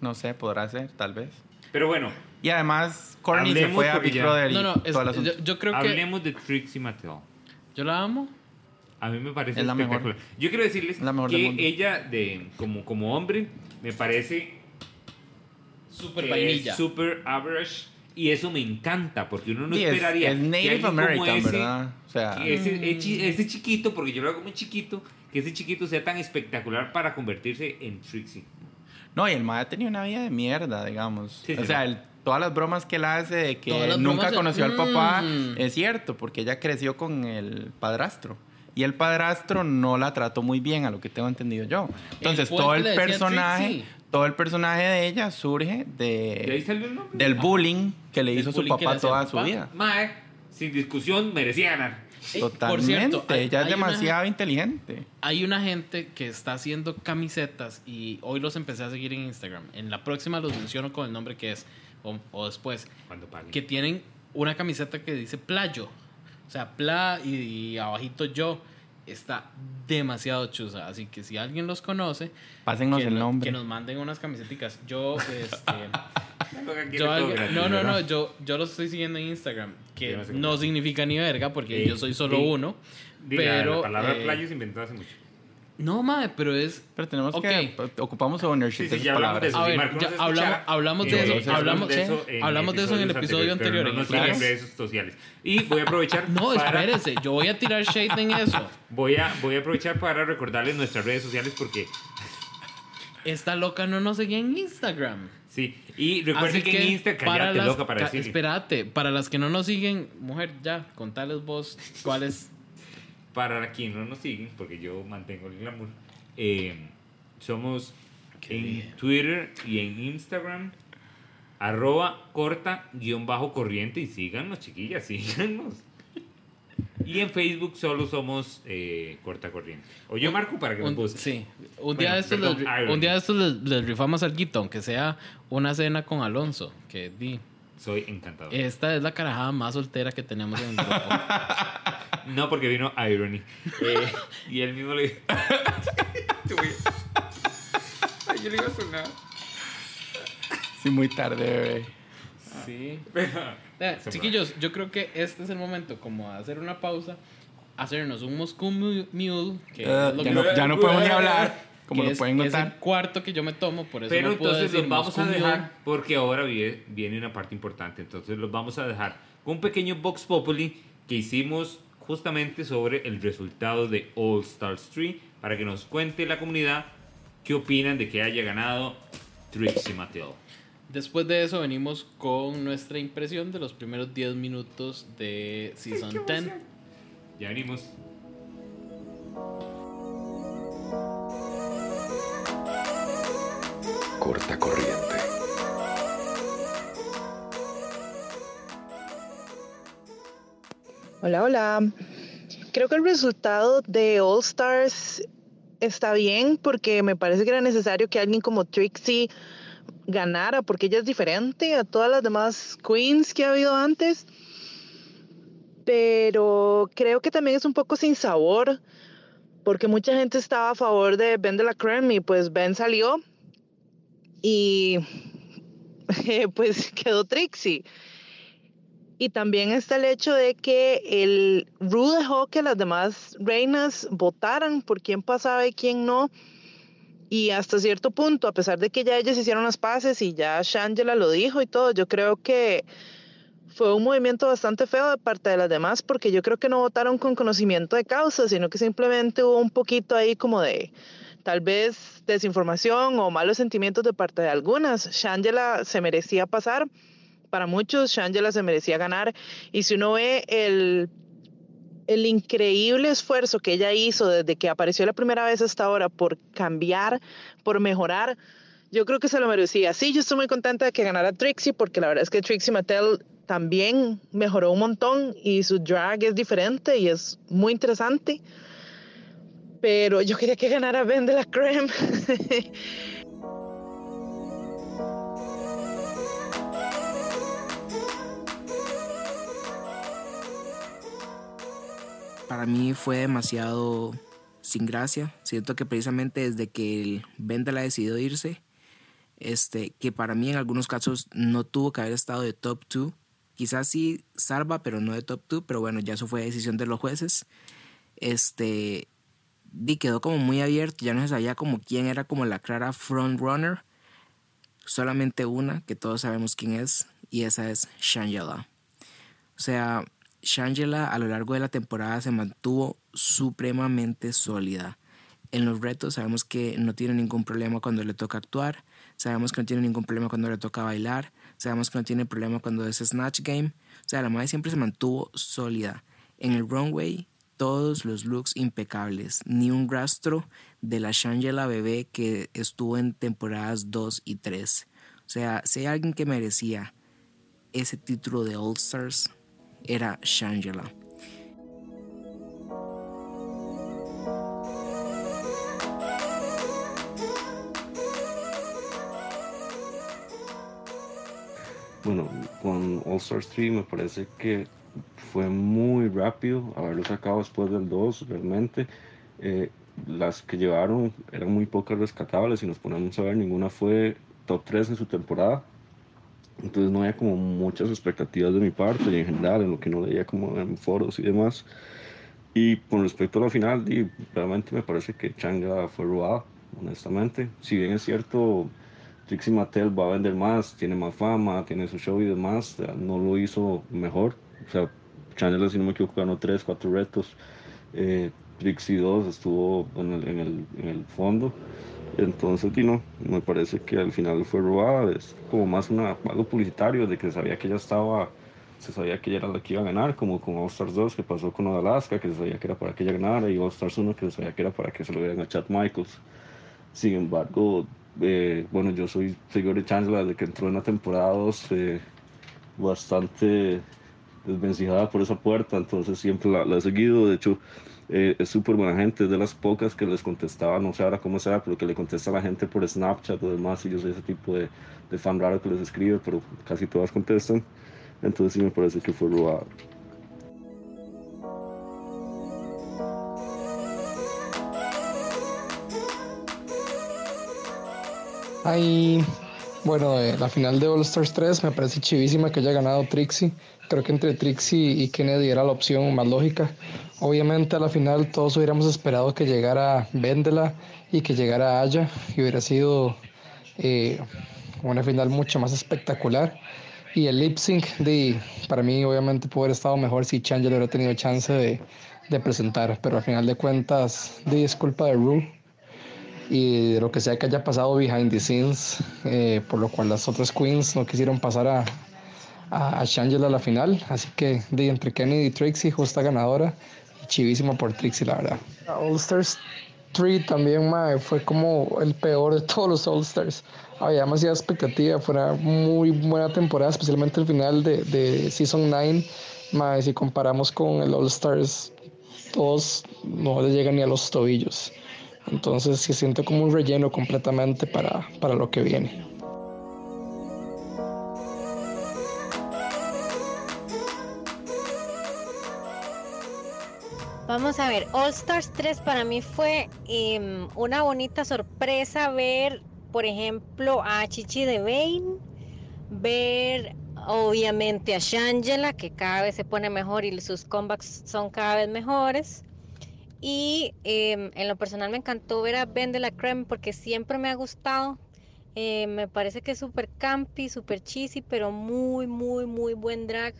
Speaker 5: no sé, podrá ser, tal vez.
Speaker 3: Pero bueno,
Speaker 5: Y además, Corny se
Speaker 3: Hablemos
Speaker 5: fue a
Speaker 3: porque
Speaker 5: Big
Speaker 3: ya-
Speaker 5: Brother y
Speaker 4: No, no, es-
Speaker 5: todo el asunto.
Speaker 4: yo, yo creo que
Speaker 3: hablemos de Trixie Mattel.
Speaker 4: yo la amo.
Speaker 3: A mí me parece
Speaker 5: Es la mejor.
Speaker 3: espectacular. Yo quiero decirles
Speaker 5: La mejor del
Speaker 3: que
Speaker 5: mundo.
Speaker 3: ella, de, como, como hombre, me parece
Speaker 4: Super
Speaker 3: que es
Speaker 4: vainilla.
Speaker 3: super average Y eso me encanta, porque uno no
Speaker 5: Sí, es,
Speaker 3: esperaría.
Speaker 5: es
Speaker 3: que
Speaker 5: Native
Speaker 3: alguien como
Speaker 5: American,
Speaker 3: ese-
Speaker 5: ¿verdad? O sea,
Speaker 3: que
Speaker 4: Mm.
Speaker 3: ese, echi- ese chiquito, porque yo lo hago muy chiquito, que ese chiquito sea tan espectacular para convertirse en Trixie.
Speaker 5: no, y el mae tenía una vida de mierda, digamos.
Speaker 3: Sí,
Speaker 5: o
Speaker 3: sí.
Speaker 5: sea, el- todas las bromas que él hace de
Speaker 4: Todas
Speaker 5: que
Speaker 4: las bromas
Speaker 5: nunca
Speaker 4: de-
Speaker 5: conoció al papá,
Speaker 4: Mm.
Speaker 5: es cierto, porque ella creció con el padrastro. Y el padrastro no la trató muy bien, a lo que tengo entendido yo. Entonces,
Speaker 4: fue el
Speaker 5: todo
Speaker 4: que
Speaker 5: el
Speaker 4: le decía
Speaker 5: personaje,
Speaker 4: Trixie.
Speaker 5: todo el personaje de ella surge
Speaker 3: ¿De ahí
Speaker 5: de,
Speaker 3: salió el nombre?
Speaker 5: Eh, del bullying que le
Speaker 4: Del
Speaker 5: hizo su
Speaker 4: bullying que le
Speaker 5: papá
Speaker 4: hacía
Speaker 5: toda
Speaker 4: el
Speaker 5: su
Speaker 4: papá.
Speaker 5: vida.
Speaker 3: Mae, sin discusión, merecía ganar.
Speaker 4: Eh, por
Speaker 5: Totalmente.
Speaker 4: cierto, hay-
Speaker 5: ella es
Speaker 4: hay una-
Speaker 5: demasiado inteligente.
Speaker 4: Hay una gente que está haciendo camisetas y hoy los empecé a seguir en Instagram. En la próxima los menciono con el nombre que es o, o después.
Speaker 3: Cuando pague.
Speaker 4: Que tienen una camiseta que dice playo. O sea, pla y, y abajito yo. Está demasiado chusa. Así que si alguien los conoce,
Speaker 5: Pásennos
Speaker 4: que,
Speaker 5: el
Speaker 4: no-
Speaker 5: nombre.
Speaker 4: que nos manden unas camiseticas. Yo, este...
Speaker 3: Lo que quiere
Speaker 4: Yo
Speaker 3: todo
Speaker 4: algo-
Speaker 3: gratis,
Speaker 4: no, no,
Speaker 3: ¿verdad?
Speaker 4: no, yo, yo lo estoy siguiendo en Instagram, que
Speaker 3: Yo no sé cómo
Speaker 4: no
Speaker 3: es.
Speaker 4: significa ni verga, porque
Speaker 3: Eh,
Speaker 4: yo soy solo
Speaker 3: sí.
Speaker 4: uno.
Speaker 3: Di la-
Speaker 4: Pero.
Speaker 3: la palabra
Speaker 4: eh,
Speaker 3: playo se inventó hace mucho.
Speaker 4: No, madre, pero es.
Speaker 5: Pero tenemos
Speaker 4: Ok.
Speaker 5: que ocupamos
Speaker 3: Sí,
Speaker 5: ownership
Speaker 3: sí,
Speaker 5: de esas
Speaker 3: ya hablamos de
Speaker 5: palabras.
Speaker 3: eso.
Speaker 4: A
Speaker 3: Si
Speaker 4: ver,
Speaker 3: Marco
Speaker 4: ya
Speaker 3: nos
Speaker 4: hablamos-
Speaker 3: escucha,
Speaker 4: hablamos de
Speaker 5: eso,
Speaker 4: hablamos
Speaker 5: de-
Speaker 4: hablamos de eso en el episodio anterior,
Speaker 3: pero
Speaker 4: en
Speaker 3: No
Speaker 4: el
Speaker 3: nos sigan en
Speaker 5: claro.
Speaker 3: redes sociales. Y voy a aprovechar.
Speaker 4: No,
Speaker 3: para-
Speaker 4: espérese, yo voy a tirar shade en eso.
Speaker 3: Voy a, voy a aprovechar para recordarles nuestras redes sociales porque
Speaker 4: Esta loca no nos seguía en Instagram.
Speaker 3: sí. Y
Speaker 4: Así
Speaker 3: recuerden que, en Insta cállate
Speaker 4: las-
Speaker 3: loca para
Speaker 4: ca-
Speaker 3: decirle.
Speaker 4: Espérate, para las que no nos siguen, mujer, ya, contales vos cuál es.
Speaker 3: Para quien no nos siguen, porque yo mantengo el glamour, eh, somos en Twitter y en Instagram, arroba corta guión bajo corriente y síganos, chiquillas, síganos. Y en Facebook solo somos eh, corta corriente. O yo marco para que me
Speaker 4: Un,
Speaker 3: busquen.
Speaker 4: sí, un día,
Speaker 3: Bueno,
Speaker 4: de estos
Speaker 3: perdón,
Speaker 4: les-
Speaker 3: Iron.
Speaker 4: un día de estos les, les rifamos al aunque sea una cena con Alonso, que di.
Speaker 3: Soy encantador.
Speaker 4: Esta es la carajada más soltera que tenemos en el grupo.
Speaker 3: No, porque vino Irony. Eh, y él mismo le dijo. Ay, yo le iba a sonar.
Speaker 5: Sí, muy tarde, bebé.
Speaker 4: sí. chiquillos, yo creo que este es el momento como de hacer una pausa, hacernos un Moscú Mu- Mule, que
Speaker 5: Ah,
Speaker 4: es lo
Speaker 5: ya,
Speaker 4: que-
Speaker 5: no, ya no podemos ni hablar, como
Speaker 4: que
Speaker 5: lo
Speaker 4: es-
Speaker 5: pueden
Speaker 4: que es
Speaker 5: notar.
Speaker 4: el cuarto que yo me tomo, por eso
Speaker 3: Pero
Speaker 4: no puedo
Speaker 3: entonces
Speaker 4: decir
Speaker 3: los vamos
Speaker 4: Moscú
Speaker 3: a
Speaker 4: Mule.
Speaker 3: dejar, porque ahora viene, viene una parte importante. Entonces los vamos a dejar con un pequeño Vox Populi que hicimos justamente sobre el resultado de All Stars 3 para que nos cuente la comunidad qué opinan de que haya ganado Trixie Mattel.
Speaker 4: Después de eso venimos con nuestra impresión de los primeros 10 minutos de Season 10.
Speaker 3: Ya venimos.
Speaker 2: Corta corriente.
Speaker 6: Hola, hola. Creo que el resultado de All Stars está bien porque me parece que era necesario que alguien como Trixie ganara porque ella es diferente a todas las demás queens que ha habido antes. Pero creo que también es un poco sin sabor porque mucha gente estaba a favor de Ben de la Creme y pues Ben salió y pues quedó Trixie. Y también está el hecho de que el Ru dejó que las demás reinas votaran por quién pasaba y quién no. Y hasta cierto punto, a pesar de que ya ellas hicieron las paces y ya Shangela lo dijo y todo, yo creo que fue un movimiento bastante feo de parte de las demás porque yo creo que no votaron con conocimiento de causa, sino que simplemente hubo un poquito ahí como de tal vez desinformación o malos sentimientos de parte de algunas. Shangela se merecía pasar para muchos Shangela se merecía ganar. Y si uno ve el, el increíble esfuerzo que ella hizo desde que apareció la primera vez hasta ahora por cambiar, por mejorar, yo creo que se lo merecía. Sí, yo estoy muy contenta de que ganara Trixie porque la verdad es que Trixie Mattel también mejoró un montón y su drag es diferente y es muy interesante. Pero yo quería que ganara Ben de la Creme.
Speaker 7: para mí fue demasiado sin gracia. Siento que precisamente desde que el Vendela decidió irse, este, que para mí en algunos casos no tuvo que haber estado de top 2. Quizás sí salva, pero no de top 2. Pero bueno, ya eso fue decisión de los jueces. Este, y quedó como muy abierto. Ya no se sabía como quién era como la clara front runner. Solamente una, que todos sabemos quién es. y esa es Shangela. O sea, Shangela a lo largo de la temporada se mantuvo supremamente sólida. En los retos sabemos que no tiene ningún problema cuando le toca actuar, sabemos que no tiene ningún problema cuando le toca bailar, sabemos que no tiene problema cuando es Snatch Game. O sea, la madre siempre se mantuvo sólida. En el runway, todos los looks impecables, ni un rastro de la Shangela bebé que estuvo en temporadas 2 y 3. O sea, si hay alguien que merecía ese título de All Stars, era Shangela.
Speaker 8: Bueno, con All Stars 3 me parece que fue muy rápido haberlo sacado después del 2, realmente. Eh, las que llevaron eran muy pocas rescatables, si nos ponemos a ver, ninguna fue top 3 en su temporada. Entonces no había como muchas expectativas de mi parte y en general en lo que no leía como en foros y demás. Y con respecto a la final, di, realmente me parece que Changa fue robada, honestamente. Si bien es cierto, Trixie Mattel va a vender más, tiene más fama, tiene su show y demás, o sea, no lo hizo mejor. O sea, Chandler, si no me equivoco, ganó 3, 4 retos. Eh, Trixie 2 estuvo en el, en el, en el fondo. Entonces, y no, me parece que al final fue robada. Es como más una, algo publicitario de que sabía que ella estaba, se sabía que ella era la que iba a ganar, como con All Stars 2 que pasó con Alaska, que se sabía que era para que ella ganara, y All Stars 1 que se sabía que era para que se lo dieran a Chad Michaels. Sin embargo, eh, bueno, yo soy seguidor de Chancellor desde que entró en la temporada 2, eh, bastante desvencijada por esa puerta, entonces siempre la, la he seguido. De hecho, eh, es súper buena gente, es de las pocas que les contestaba, no sé ahora cómo sea, pero que le contesta a la gente por Snapchat o demás, y yo soy ese tipo de, de fan raro que les escribe, pero casi todas contestan. Entonces sí me parece que fue robado.
Speaker 9: Ay, bueno, eh, la final de All Stars 3 me parece chivísima que haya ganado Trixie. Creo que entre Trixie y Kennedy era la opción más lógica. Obviamente a la final todos hubiéramos esperado que llegara Vendela y que llegara Aya y hubiera sido eh, una final mucho más espectacular. Y el lip sync, de, para mí obviamente pudo haber estado mejor si Changel hubiera tenido chance de, de presentar, pero al final de cuentas, di, es culpa de Rue y de lo que sea que haya pasado behind the scenes, eh, por lo cual las otras queens no quisieron pasar a, a, a Shangela a la final. Así que de entre Kennedy y Trixie, justa ganadora, y chivísima por Trixie, la verdad. All Stars 3 también mae, fue como el peor de todos los All Stars. Había demasiada expectativa, fue una muy buena temporada, especialmente el final de, de Season 9. Mae, si comparamos con el All Stars, todos no le llegan ni a los tobillos. Entonces se siente como un relleno completamente para, para lo que viene.
Speaker 10: Vamos a ver, All Stars 3 para mí fue em, una bonita sorpresa ver, por ejemplo, a Chichi de Bain, ver obviamente a Shangela, que cada vez se pone mejor y sus comebacks son cada vez mejores. Y eh, en lo personal me encantó ver a Ben de la Creme porque siempre me ha gustado. Eh, me parece que es súper campi, súper cheesy, pero muy, muy, muy buen drag.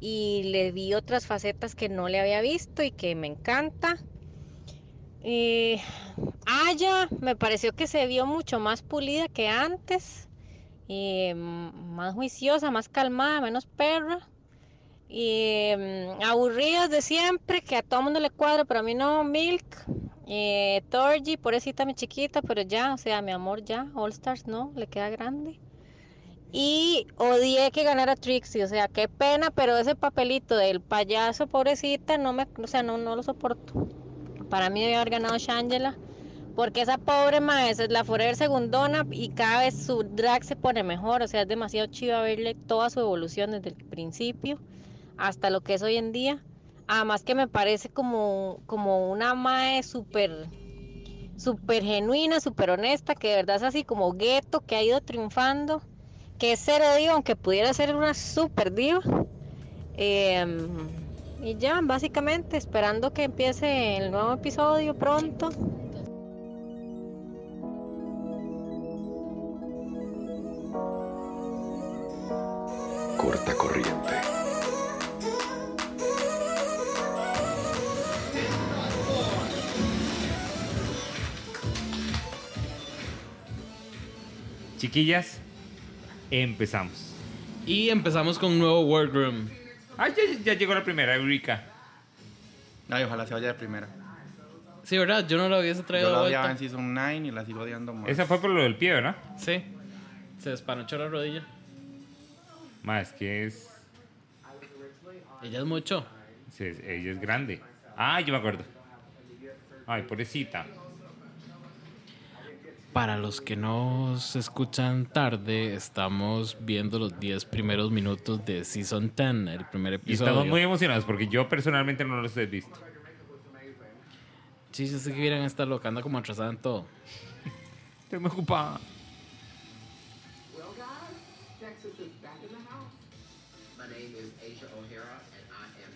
Speaker 10: Y le vi otras facetas que no le había visto y que me encanta. Eh, Aya me pareció que se vio mucho más pulida que antes. eh, más juiciosa, más calmada, menos perra y um, aburridas de siempre, que a todo mundo le cuadra, pero a mí no, Milk, eh, Torgy, pobrecita mi chiquita, pero ya, o sea, mi amor ya, All Stars no, le queda grande. Y odié que ganara Trixie, o sea, qué pena, pero ese papelito del payaso, pobrecita, no me, o sea, no, no lo soporto. Para mí debe haber ganado Shangela, porque esa pobre maestra es la forever segundona y cada vez su drag se pone mejor, o sea, es demasiado chido verle toda su evolución desde el principio hasta lo que es hoy en día. Además que me parece como, como una mae súper super genuina, súper honesta, que de verdad es así como gueto, que ha ido triunfando, que es cero diva, aunque pudiera ser una super diva. Eh, y ya, básicamente, esperando que empiece el nuevo episodio pronto.
Speaker 3: Chiquillas, empezamos.
Speaker 4: Y empezamos con un nuevo workroom.
Speaker 3: Ah, ya, ya llegó la primera, Eureka.
Speaker 5: Ay, ojalá se vaya de primera.
Speaker 4: Sí, ¿verdad? Yo no lo hubiese
Speaker 5: Yo
Speaker 4: traído
Speaker 5: la
Speaker 4: de
Speaker 5: odiaba en
Speaker 4: vuelta.
Speaker 5: Season 9 y la sigo odiando más.
Speaker 3: Esa fue por lo del pie, ¿verdad?
Speaker 4: Sí. Se despanachó la rodilla.
Speaker 3: Más que es.
Speaker 4: Ella es mucho.
Speaker 3: sí, es- Ella es grande. Ah, yo me acuerdo. Ay, pobrecita.
Speaker 4: Para los que nos escuchan tarde, estamos viendo los 10 primeros minutos de Season 10, el primer
Speaker 3: Y estamos
Speaker 4: episodio.
Speaker 3: muy emocionados porque yo personalmente no los he visto.
Speaker 4: Sí, yo sé que vieran esta loca, anda como atrasada en todo.
Speaker 3: Estoy muy ocupada.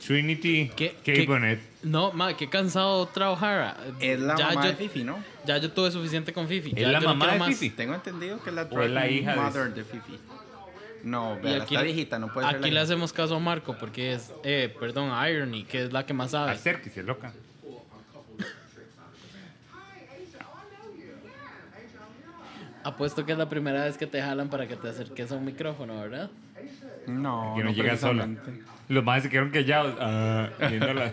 Speaker 3: Trinity
Speaker 4: ¿Qué-
Speaker 3: K.
Speaker 4: qué-
Speaker 3: Bonnet.
Speaker 4: No, ma, qué cansado trabajar.
Speaker 5: Es la
Speaker 4: ya
Speaker 5: mamá
Speaker 4: yo,
Speaker 5: de Fifi, ¿no?
Speaker 4: Ya yo tuve suficiente con Fifi.
Speaker 3: ¿Es
Speaker 4: ya
Speaker 3: la
Speaker 4: yo no
Speaker 3: mamá
Speaker 4: quiero
Speaker 3: de
Speaker 4: más.
Speaker 3: Fifi?
Speaker 5: Tengo entendido que es la,
Speaker 3: O es la
Speaker 5: drug
Speaker 3: hija de-
Speaker 5: mother de Fifi. No,
Speaker 4: Y
Speaker 5: vea,
Speaker 4: aquí-
Speaker 5: está viejita, no puede ser la
Speaker 4: Aquí le
Speaker 5: hija.
Speaker 4: hacemos caso a Marco porque es, eh, perdón, a Irony, que es la que más sabe.
Speaker 3: Acérquese, loca.
Speaker 4: Apuesto que es la primera vez que te jalan para que te acerques a un micrófono, ¿verdad?
Speaker 5: No,
Speaker 3: Que no
Speaker 5: no
Speaker 3: llega sola.
Speaker 5: precisamente.
Speaker 3: Los más se quedaron callados. ah, viéndola.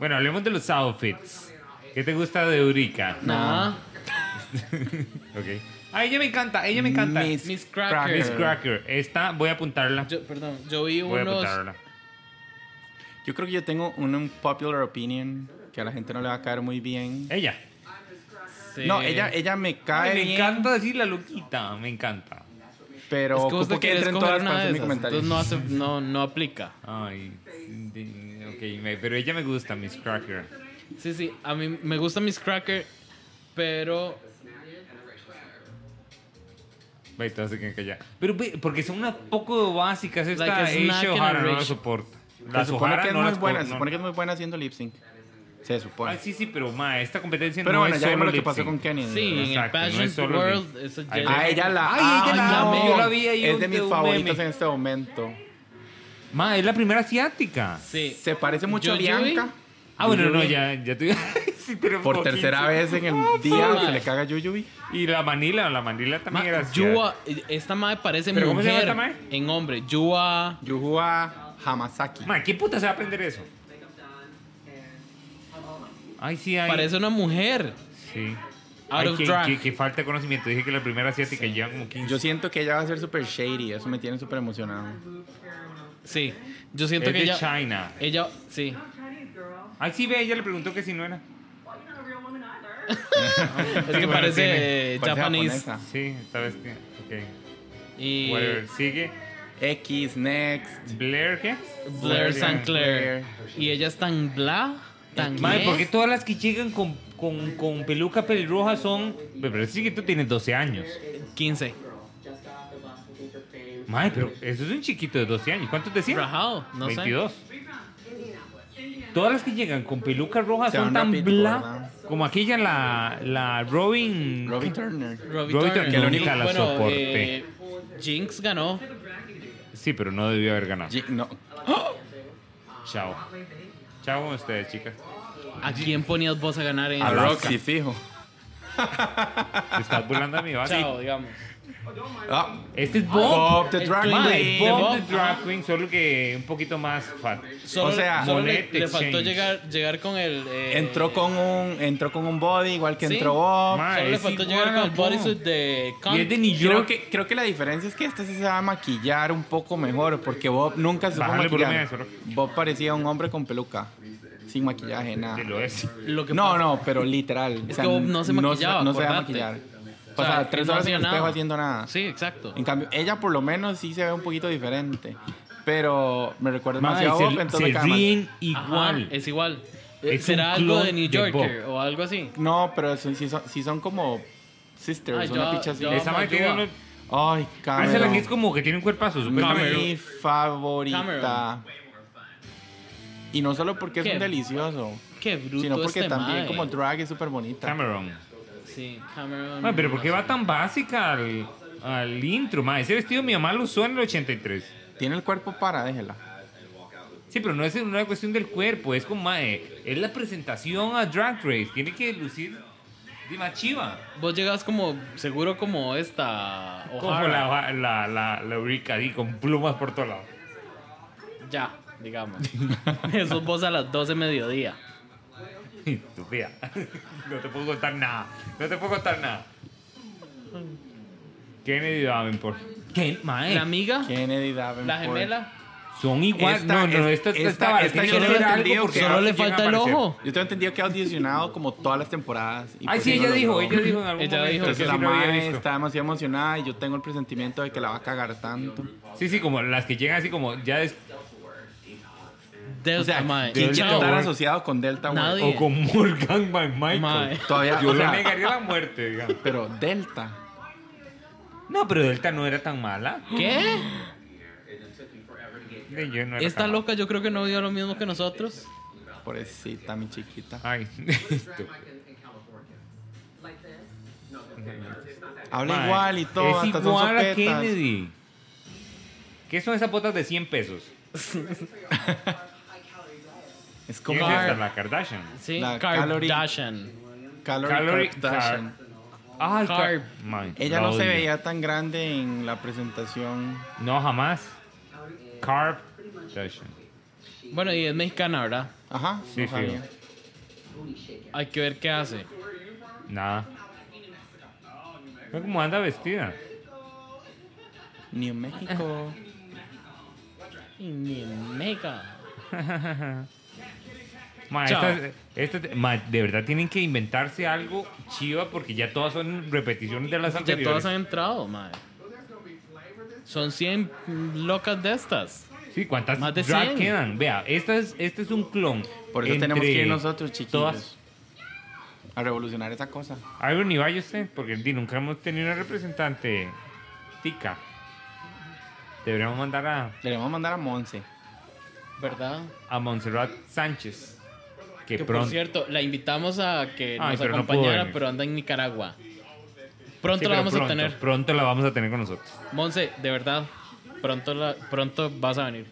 Speaker 3: bueno, hablemos de los outfits. ¿Qué te gusta de Eureka?
Speaker 4: Nada.
Speaker 3: Ok. Ah, ella me encanta, ella me encanta.
Speaker 5: Miss,
Speaker 4: Miss Cracker.
Speaker 5: Cracker.
Speaker 3: Miss Cracker. Esta voy a apuntarla.
Speaker 4: Yo, perdón, yo vi
Speaker 3: Voy a
Speaker 4: unos.
Speaker 3: apuntarla.
Speaker 5: Yo creo que yo tengo una popular opinion que a la gente no le va a caer muy bien.
Speaker 3: Ella.
Speaker 4: eh,
Speaker 5: No, ella, ella me cae
Speaker 3: Ay, me
Speaker 5: bien,
Speaker 3: encanta decir la loquita. Me encanta.
Speaker 5: pero
Speaker 4: Es que vos
Speaker 5: ocupo
Speaker 4: te
Speaker 5: que
Speaker 4: querés
Speaker 5: entren
Speaker 4: coger
Speaker 5: todas para
Speaker 4: una de
Speaker 5: hacer mi
Speaker 4: esas,
Speaker 5: comentario.
Speaker 4: entonces no, hace, no, no aplica.
Speaker 3: Ay. de- Ok, me- pero ella me gusta, Miss Cracker.
Speaker 4: Sí, sí, a mí me gusta Miss Cracker, pero
Speaker 3: Ve, todas se quedan calladas. Pero ve, porque son unas poco básicas. Esta
Speaker 4: Like a snack
Speaker 3: Aisha
Speaker 4: and a
Speaker 3: O'Hara no la
Speaker 4: rich.
Speaker 3: soporta. La
Speaker 5: Se supone
Speaker 3: O'Hara
Speaker 5: que es
Speaker 3: no
Speaker 5: muy
Speaker 3: las
Speaker 5: buena,
Speaker 3: co-
Speaker 5: se
Speaker 3: no-
Speaker 5: supone que es muy buena haciendo lip sync. Se supone.
Speaker 3: Ah, sí, sí, pero ma, esta competencia
Speaker 5: pero
Speaker 3: no
Speaker 5: bueno,
Speaker 3: es
Speaker 5: ya vimos
Speaker 3: solo
Speaker 5: lo que pasó
Speaker 3: lip-sync.
Speaker 5: con Kenny.
Speaker 4: sí, en el
Speaker 3: Exacto, no es
Speaker 4: Pageant
Speaker 3: solo
Speaker 4: World,
Speaker 3: de-
Speaker 4: eso ya-
Speaker 3: Ay,
Speaker 5: A ella la
Speaker 3: Ay, ella la
Speaker 5: amo.
Speaker 3: amo. Yo la vi ahí
Speaker 5: Es
Speaker 3: un-
Speaker 5: de mis
Speaker 3: un
Speaker 5: favoritos
Speaker 3: meme.
Speaker 5: en este momento.
Speaker 3: Ma, es la primera asiática.
Speaker 4: Sí.
Speaker 5: Se parece mucho a
Speaker 4: Yuyuy.
Speaker 5: Bianca.
Speaker 3: Ah, bueno, no,
Speaker 5: Yuyuy.
Speaker 3: ya, ya te Sí, pero
Speaker 5: Por
Speaker 3: como
Speaker 5: tercera
Speaker 3: 15.
Speaker 5: vez en
Speaker 3: Ah,
Speaker 5: el día
Speaker 4: sí.
Speaker 5: se le caga a Yuyubi.
Speaker 3: Y la Manila, la Manila
Speaker 4: Ma-
Speaker 3: también era asiática.
Speaker 4: Yua, esta madre parece mujer
Speaker 3: ¿Pero cómo se llama esta mae?
Speaker 4: en hombre. Yua,
Speaker 5: Yuhua Hamasaki.
Speaker 3: Ma, ¿qué puta se va a aprender eso? Ay, sí, hay.
Speaker 4: parece una mujer.
Speaker 3: Sí.
Speaker 4: Out
Speaker 3: Ay,
Speaker 4: of
Speaker 3: que,
Speaker 4: drag.
Speaker 3: que- que falta de conocimiento. Dije que la primera asiática lleva como 15.
Speaker 5: Yo siento que ella va a ser super shady. Eso me tiene súper emocionado.
Speaker 4: Sí, yo
Speaker 3: es
Speaker 4: siento
Speaker 3: de
Speaker 4: que ella,
Speaker 3: China.
Speaker 4: ella, sí,
Speaker 3: Ay, sí, ve, ella le preguntó que si no era.
Speaker 4: es que
Speaker 3: bueno, tiene-
Speaker 4: parece eh,
Speaker 5: parece
Speaker 4: japonés.
Speaker 5: japonesa.
Speaker 3: Sí, esta vez. tiene- Ok.
Speaker 4: Y
Speaker 3: Whatever. Sigue.
Speaker 5: X, Next.
Speaker 3: Blair, ¿qué?
Speaker 4: Blair St. Clair.
Speaker 5: Clair.
Speaker 4: Y ella es tan bla, tan
Speaker 3: Madre,
Speaker 4: meh.
Speaker 3: ¿por qué todas las que llegan con, con, con peluca pelirroja son. Pero sí que tú tienes 12 años.
Speaker 4: 15.
Speaker 3: Madre, pero eso es un chiquito de 12 años. ¿Cuántos decían?
Speaker 4: Rajado, no sé.
Speaker 3: 22. Todas las que llegan con peluca roja
Speaker 5: Se
Speaker 3: son
Speaker 5: van
Speaker 3: tan
Speaker 5: rápido,
Speaker 3: bla
Speaker 5: ¿verdad?
Speaker 3: como aquella, la, la Robin.
Speaker 5: Robbie Turner.
Speaker 4: Robbie
Speaker 3: Robbie
Speaker 4: Turner.
Speaker 3: Turner, que la
Speaker 4: bueno,
Speaker 3: soporte.
Speaker 4: eh, Jinx ganó.
Speaker 3: Sí, pero no debió haber ganado.
Speaker 5: Ye- No.
Speaker 3: Chao. Chao con ustedes, chicas.
Speaker 4: ¿A quién ponías vos a ganar en
Speaker 5: A
Speaker 4: el
Speaker 5: Roxy, fijo.
Speaker 3: Te estás burlando a mi base.
Speaker 4: Chao, digamos.
Speaker 5: Ah,
Speaker 3: Este es Bob.
Speaker 5: Bob the Drag
Speaker 4: Mike,
Speaker 5: Queen.
Speaker 3: Bob,
Speaker 4: Bob.
Speaker 3: the Drag Queen, solo que un poquito más fat.
Speaker 4: Solo-
Speaker 5: O sea,
Speaker 4: solo le,
Speaker 3: Monet
Speaker 4: le faltó
Speaker 3: Exchange.
Speaker 4: llegar, llegar con el. eh,
Speaker 5: Entró con un entró con un body igual que
Speaker 4: Sí.
Speaker 5: entró Bob.
Speaker 3: Ma,
Speaker 4: Solo le
Speaker 3: es
Speaker 4: faltó
Speaker 3: igual
Speaker 4: llegar
Speaker 3: a
Speaker 4: con el
Speaker 3: Bob.
Speaker 4: bodysuit de
Speaker 3: Y es de New
Speaker 5: Creo
Speaker 3: York.
Speaker 5: que, creo que la diferencia es que esta sí se va a maquillar un poco mejor, porque Bob nunca se supo
Speaker 3: Bájale el volumen a
Speaker 5: maquillar.
Speaker 3: eso, ¿no?
Speaker 5: Bob parecía un hombre con peluca, sin maquillaje, nada.
Speaker 3: Sí, lo es.
Speaker 4: Lo que
Speaker 5: No,
Speaker 4: pasa-
Speaker 5: no, pero literal.
Speaker 4: Es que Bob no se maquillaba,
Speaker 5: No, se va a
Speaker 4: acordate.
Speaker 5: maquillar.
Speaker 4: O
Speaker 5: O
Speaker 4: sea,
Speaker 5: sea,
Speaker 4: que
Speaker 5: tres
Speaker 4: no
Speaker 5: horas
Speaker 4: hacía
Speaker 5: en el espejo
Speaker 4: nada.
Speaker 5: haciendo nada.
Speaker 4: Sí, exacto.
Speaker 5: En cambio, ella por lo menos sí se ve un poquito diferente, pero me recuerda
Speaker 3: Ma, y
Speaker 5: demasiado a Bob,
Speaker 3: se,
Speaker 5: entonces me
Speaker 3: se
Speaker 5: cae mal.
Speaker 3: ríen
Speaker 4: Ajá,
Speaker 3: igual.
Speaker 4: es igual.
Speaker 3: Es un
Speaker 4: Será algo
Speaker 3: clon
Speaker 4: de New
Speaker 3: de
Speaker 4: Yorker o algo así.
Speaker 5: No, pero son- sí son, sí son como sisters,
Speaker 4: Ay,
Speaker 5: una
Speaker 4: yo-
Speaker 5: picha así.
Speaker 4: yo-
Speaker 3: Esa madre tiene
Speaker 4: Ayuda.
Speaker 3: unos-
Speaker 5: Ay,
Speaker 3: Ah, esa es la que es
Speaker 5: Cameron.
Speaker 3: como que tiene un cuerpazo, supuestamente.
Speaker 5: Mi favorita.
Speaker 4: Cameron.
Speaker 5: Y no solo porque es
Speaker 4: ¿Qué?
Speaker 5: un delicioso,
Speaker 4: Qué bruto
Speaker 5: sino porque
Speaker 4: este
Speaker 5: también
Speaker 4: mae.
Speaker 5: como drag es súper bonita.
Speaker 3: Cameron.
Speaker 4: Sí, Cameron.
Speaker 3: Ma, pero ¿por qué
Speaker 4: no
Speaker 3: va tan básica al, al intro? Ma, ese vestido mi mamá lo usó en el 83.
Speaker 5: Tiene el cuerpo para, déjela.
Speaker 3: Sí, pero no es una cuestión del cuerpo, es como, mae, es la presentación a Drag Race. Tiene que lucir
Speaker 11: Dima Chiva.
Speaker 4: Vos llegas como, seguro como esta
Speaker 3: Como
Speaker 4: O'Hara.
Speaker 3: la, la, la, la ubica ahí con plumas por todos lados.
Speaker 4: Ya, digamos. Eso es vos a las 12 mediodía.
Speaker 3: Estúpida. No te puedo contar nada. No te puedo contar nada. Kennedy Davenport.
Speaker 11: ¿Qué, mae?
Speaker 4: La amiga,
Speaker 5: Kennedy Davenport.
Speaker 4: la gemela.
Speaker 3: Son igual. no,
Speaker 5: Esta-
Speaker 3: no, esta,
Speaker 5: esta-
Speaker 3: esta,
Speaker 5: esta-
Speaker 3: vara
Speaker 5: esta
Speaker 3: tiene
Speaker 5: yo
Speaker 3: que
Speaker 5: no
Speaker 3: ser
Speaker 5: la
Speaker 3: algo
Speaker 5: entendí,
Speaker 3: porque
Speaker 5: ok.
Speaker 4: Solo
Speaker 3: ahora
Speaker 4: le
Speaker 3: sí llega
Speaker 4: falta
Speaker 3: a
Speaker 4: el
Speaker 3: aparecer.
Speaker 4: ojo.
Speaker 5: Yo tengo entendido que ha audicionado como todas las temporadas. y
Speaker 3: Ay,
Speaker 5: por
Speaker 3: sí,
Speaker 5: eso
Speaker 3: ella
Speaker 5: lo
Speaker 3: dijo,
Speaker 5: logró.
Speaker 3: ella dijo en algún
Speaker 4: Ella dijo
Speaker 3: momento que
Speaker 5: Entonces
Speaker 3: sí
Speaker 5: la
Speaker 3: lo había
Speaker 5: madre
Speaker 3: visto.
Speaker 5: está demasiado emocionada y yo tengo el presentimiento de que la va a cagar tanto.
Speaker 3: Sí, sí, como las que llegan así como ya des-
Speaker 4: Delta,
Speaker 5: O sea,
Speaker 4: mae.
Speaker 5: ¿quién
Speaker 3: Delta
Speaker 5: quiere estar
Speaker 3: World.
Speaker 5: asociado con Delta World?
Speaker 4: Nadie.
Speaker 3: o con Morgan by Michael.
Speaker 4: Mae.
Speaker 5: Todavía,
Speaker 3: Yo
Speaker 5: o sea,
Speaker 3: le negaría la muerte, digamos.
Speaker 5: pero Delta.
Speaker 3: No, pero Delta no era tan mala.
Speaker 4: ¿Qué?
Speaker 3: Sí, yo no era
Speaker 4: Esta
Speaker 3: tan mala.
Speaker 4: loca yo creo que no vio lo mismo que nosotros.
Speaker 5: Pobrecita, mi chiquita.
Speaker 3: Ay, esto.
Speaker 5: Habla
Speaker 3: Mae,
Speaker 5: igual y todo,
Speaker 3: Es
Speaker 5: hasta son
Speaker 3: igual a
Speaker 5: sopetas.
Speaker 3: Kennedy. ¿Qué son esas botas de 100 pesos?
Speaker 5: Es como
Speaker 3: ¿Quién es esta? La Kardashian.
Speaker 4: Sí,
Speaker 5: La Calorie-
Speaker 4: Kardashian.
Speaker 5: Calorie,
Speaker 3: Calorie
Speaker 5: Kardashian.
Speaker 3: Ah, el
Speaker 4: Carb.
Speaker 3: Car- Mae,
Speaker 5: Ella
Speaker 3: la
Speaker 5: no se
Speaker 3: odio.
Speaker 5: veía tan grande en la presentación.
Speaker 3: No, jamás. Carb. Kardashian.
Speaker 4: Bueno, y es mexicana, ¿verdad?
Speaker 5: Ajá,
Speaker 3: Sí,
Speaker 5: no sabía.
Speaker 3: fijo.
Speaker 4: Hay que ver qué hace.
Speaker 3: Nada. Mira cómo anda vestida.
Speaker 5: Ni en México.
Speaker 4: Y Ni mega.
Speaker 3: Ma,
Speaker 4: Chao.
Speaker 3: estas- estas- ma, de verdad tienen que inventarse algo chiva porque ya todas son repeticiones de las
Speaker 4: Ya
Speaker 3: anteriores.
Speaker 4: todas han entrado, madre. Son 100 locas de estas.
Speaker 3: Sí, ¿cuántas
Speaker 4: Más de
Speaker 3: drag
Speaker 4: 100.
Speaker 3: quedan? Vea, esta es, este es un clon.
Speaker 5: Por eso
Speaker 3: entre
Speaker 5: tenemos que ir nosotros, chiquillos.
Speaker 3: Todas.
Speaker 5: A revolucionar esa cosa.
Speaker 3: Iron y vaya usted, porque di, nunca hemos tenido una representante tica. Deberíamos mandar a,
Speaker 5: Le vamos a mandar a Monse.
Speaker 4: ¿Verdad?
Speaker 3: a Montserrat Sánchez. Que,
Speaker 4: Que por
Speaker 3: pronto.
Speaker 4: cierto, la invitamos a que
Speaker 3: Ay,
Speaker 4: nos
Speaker 3: pero no pudo
Speaker 4: acompañara,
Speaker 3: venir.
Speaker 4: pero anda en Nicaragua.
Speaker 3: Sí,
Speaker 4: Pronto
Speaker 3: pero
Speaker 4: la vamos
Speaker 3: pronto,
Speaker 4: a tener.
Speaker 3: Pronto la vamos a tener con nosotros.
Speaker 4: Monse, de verdad, pronto, la, pronto vas a venir.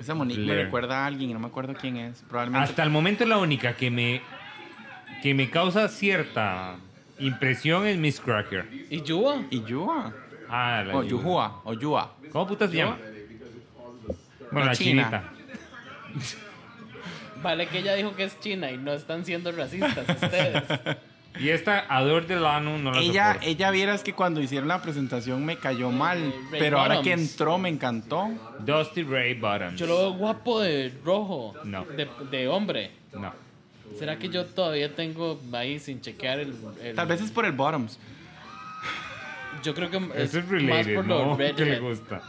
Speaker 5: Esa Monique me
Speaker 3: Blair.
Speaker 5: recuerda a alguien y no me acuerdo quién es. Probablemente.
Speaker 3: Hasta el momento la única que me que me causa cierta impresión es Miss Cracker.
Speaker 4: ¿Y Yuba?
Speaker 5: Y Yua.
Speaker 3: Ah, la
Speaker 5: O
Speaker 3: Yua.
Speaker 5: Yuhua. O Yua.
Speaker 3: ¿Cómo puta se llama? Bueno,
Speaker 5: La
Speaker 3: la
Speaker 5: china.
Speaker 3: chinita.
Speaker 4: Vale que ella dijo que es china y no están siendo racistas ustedes.
Speaker 3: Y esta Ador Delano no la
Speaker 5: Ella,
Speaker 3: soporto.
Speaker 5: ella vieras que cuando hicieron la presentación me cayó mal.
Speaker 4: Ray
Speaker 5: pero ahora que
Speaker 4: Bottoms.
Speaker 5: entró me encantó.
Speaker 3: Dusty Ray Bottoms.
Speaker 4: Yo lo veo guapo de rojo.
Speaker 3: No.
Speaker 4: De, de hombre.
Speaker 3: No.
Speaker 4: ¿Será que yo todavía tengo ahí sin chequear el... el-
Speaker 5: Tal vez es por el Bottoms.
Speaker 4: Yo creo que es
Speaker 3: Eso es
Speaker 4: más
Speaker 3: related,
Speaker 4: por los
Speaker 3: ¿no? Que le
Speaker 4: redhead.
Speaker 3: gusta.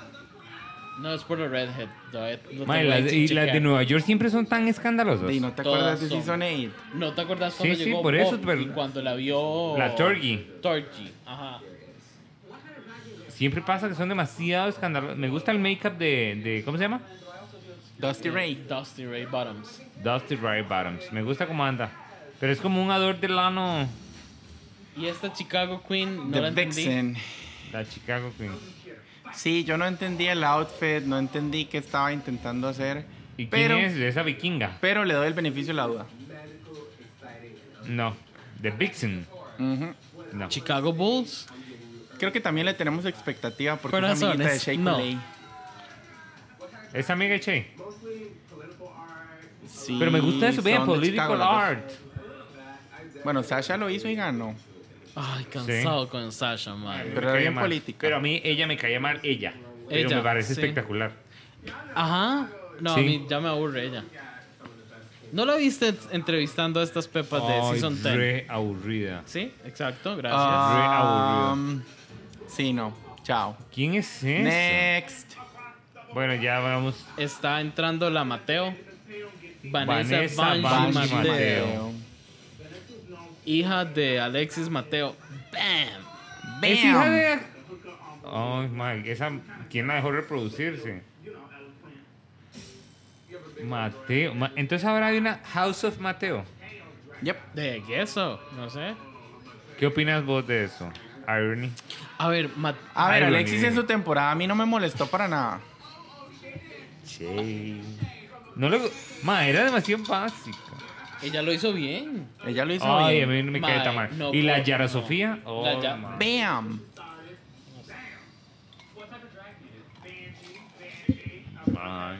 Speaker 4: No, es por los redhead. Todavía lo
Speaker 3: Madre,
Speaker 4: tengo ahí
Speaker 3: las-
Speaker 4: sin
Speaker 3: y las de
Speaker 4: chequear.
Speaker 3: Nueva York siempre son tan escandalosas.
Speaker 5: Y no te
Speaker 4: Todas
Speaker 5: acuerdas de
Speaker 4: son.
Speaker 5: Season 8.
Speaker 4: ¿No te acuerdas cuando
Speaker 3: Sí, sí,
Speaker 4: llegó
Speaker 3: por eso,
Speaker 4: Bob
Speaker 3: pero-
Speaker 4: y cuando la vio...
Speaker 3: La Torgy.
Speaker 4: Torgy, ajá.
Speaker 3: Siempre pasa que son demasiado escandalosas. Me gusta el make-up de, de- ¿Cómo se llama?
Speaker 5: Dusty Ray.
Speaker 4: Dusty Ray Bottoms.
Speaker 3: Dusty Ray Bottoms. Me gusta cómo anda. Pero es como un Ador Delano.
Speaker 4: Y esta Chicago Queen, no la
Speaker 5: The
Speaker 4: entendí.
Speaker 5: Vixen.
Speaker 3: La Chicago Queen.
Speaker 5: Sí, yo no entendí el outfit, no entendí qué estaba intentando hacer.
Speaker 3: ¿Y
Speaker 5: pero,
Speaker 3: quién es de esa vikinga?
Speaker 5: pero le doy el beneficio de la duda.
Speaker 3: No. The Vixen.
Speaker 5: Ujú.
Speaker 3: No.
Speaker 4: Chicago Bulls.
Speaker 5: Creo que también le tenemos expectativa porque es
Speaker 4: Corazones,
Speaker 5: amiguita de Shea
Speaker 4: no.
Speaker 5: Coulee.
Speaker 3: Es amiga de Che.
Speaker 5: Sí,
Speaker 3: Pero me gusta eso. Vean,
Speaker 5: son de
Speaker 3: Political
Speaker 5: Chicago las dos.
Speaker 3: Art.
Speaker 5: Bueno, Sasha lo hizo y ganó.
Speaker 4: Ay, cansado con Sasha, man.
Speaker 5: Pero
Speaker 3: Me caía
Speaker 5: bien
Speaker 3: mal.
Speaker 5: política.
Speaker 3: Pero a mí ella me caía mal. Ella. Pero
Speaker 4: Ella,
Speaker 3: me parece
Speaker 4: sí.
Speaker 3: espectacular.
Speaker 4: Ajá. No,
Speaker 3: Sí.
Speaker 4: a mí ya me aburre ella. ¿No la viste en- entrevistando a estas pepas Pues de
Speaker 3: Ay,
Speaker 4: Season 10?
Speaker 3: re aburrida.
Speaker 4: Sí, exacto, gracias.
Speaker 5: Ah,
Speaker 3: Re
Speaker 5: sí, no. Chao.
Speaker 3: ¿Quién es ese?
Speaker 5: Next.
Speaker 3: Bueno, ya vamos.
Speaker 4: Está entrando la Mateo. Vanessa,
Speaker 3: Vanessa
Speaker 4: Banji
Speaker 3: Banji
Speaker 4: Mateo,
Speaker 3: Mateo.
Speaker 4: Hija de Alexis Mateo. ¡Bam!
Speaker 3: Es hija
Speaker 5: Bam.
Speaker 3: de- Oh, my. Esa... ¿Quién la dejó reproducirse? Mateo. Ma- Entonces ahora hay una House of Mateo.
Speaker 5: Yep.
Speaker 4: ¿De qué eso? No sé.
Speaker 3: ¿Qué opinas vos de eso, Irony?
Speaker 4: A ver, Mat-
Speaker 5: A ver,
Speaker 3: Ay, lo
Speaker 5: Alexis
Speaker 3: ni-
Speaker 5: en su temporada a mí no me molestó para nada.
Speaker 3: Che. No lo. Ma, era demasiado básica.
Speaker 4: Ella lo hizo bien.
Speaker 5: Ella lo hizo
Speaker 3: Ay, a
Speaker 5: bien.
Speaker 3: mí me
Speaker 4: Mae,
Speaker 3: cae tan mal.
Speaker 4: no
Speaker 3: y la
Speaker 4: puedo,
Speaker 3: Yara
Speaker 4: no.
Speaker 3: Sofía. Oh,
Speaker 4: La Ya-
Speaker 3: mae.
Speaker 5: Bam.
Speaker 3: Mae.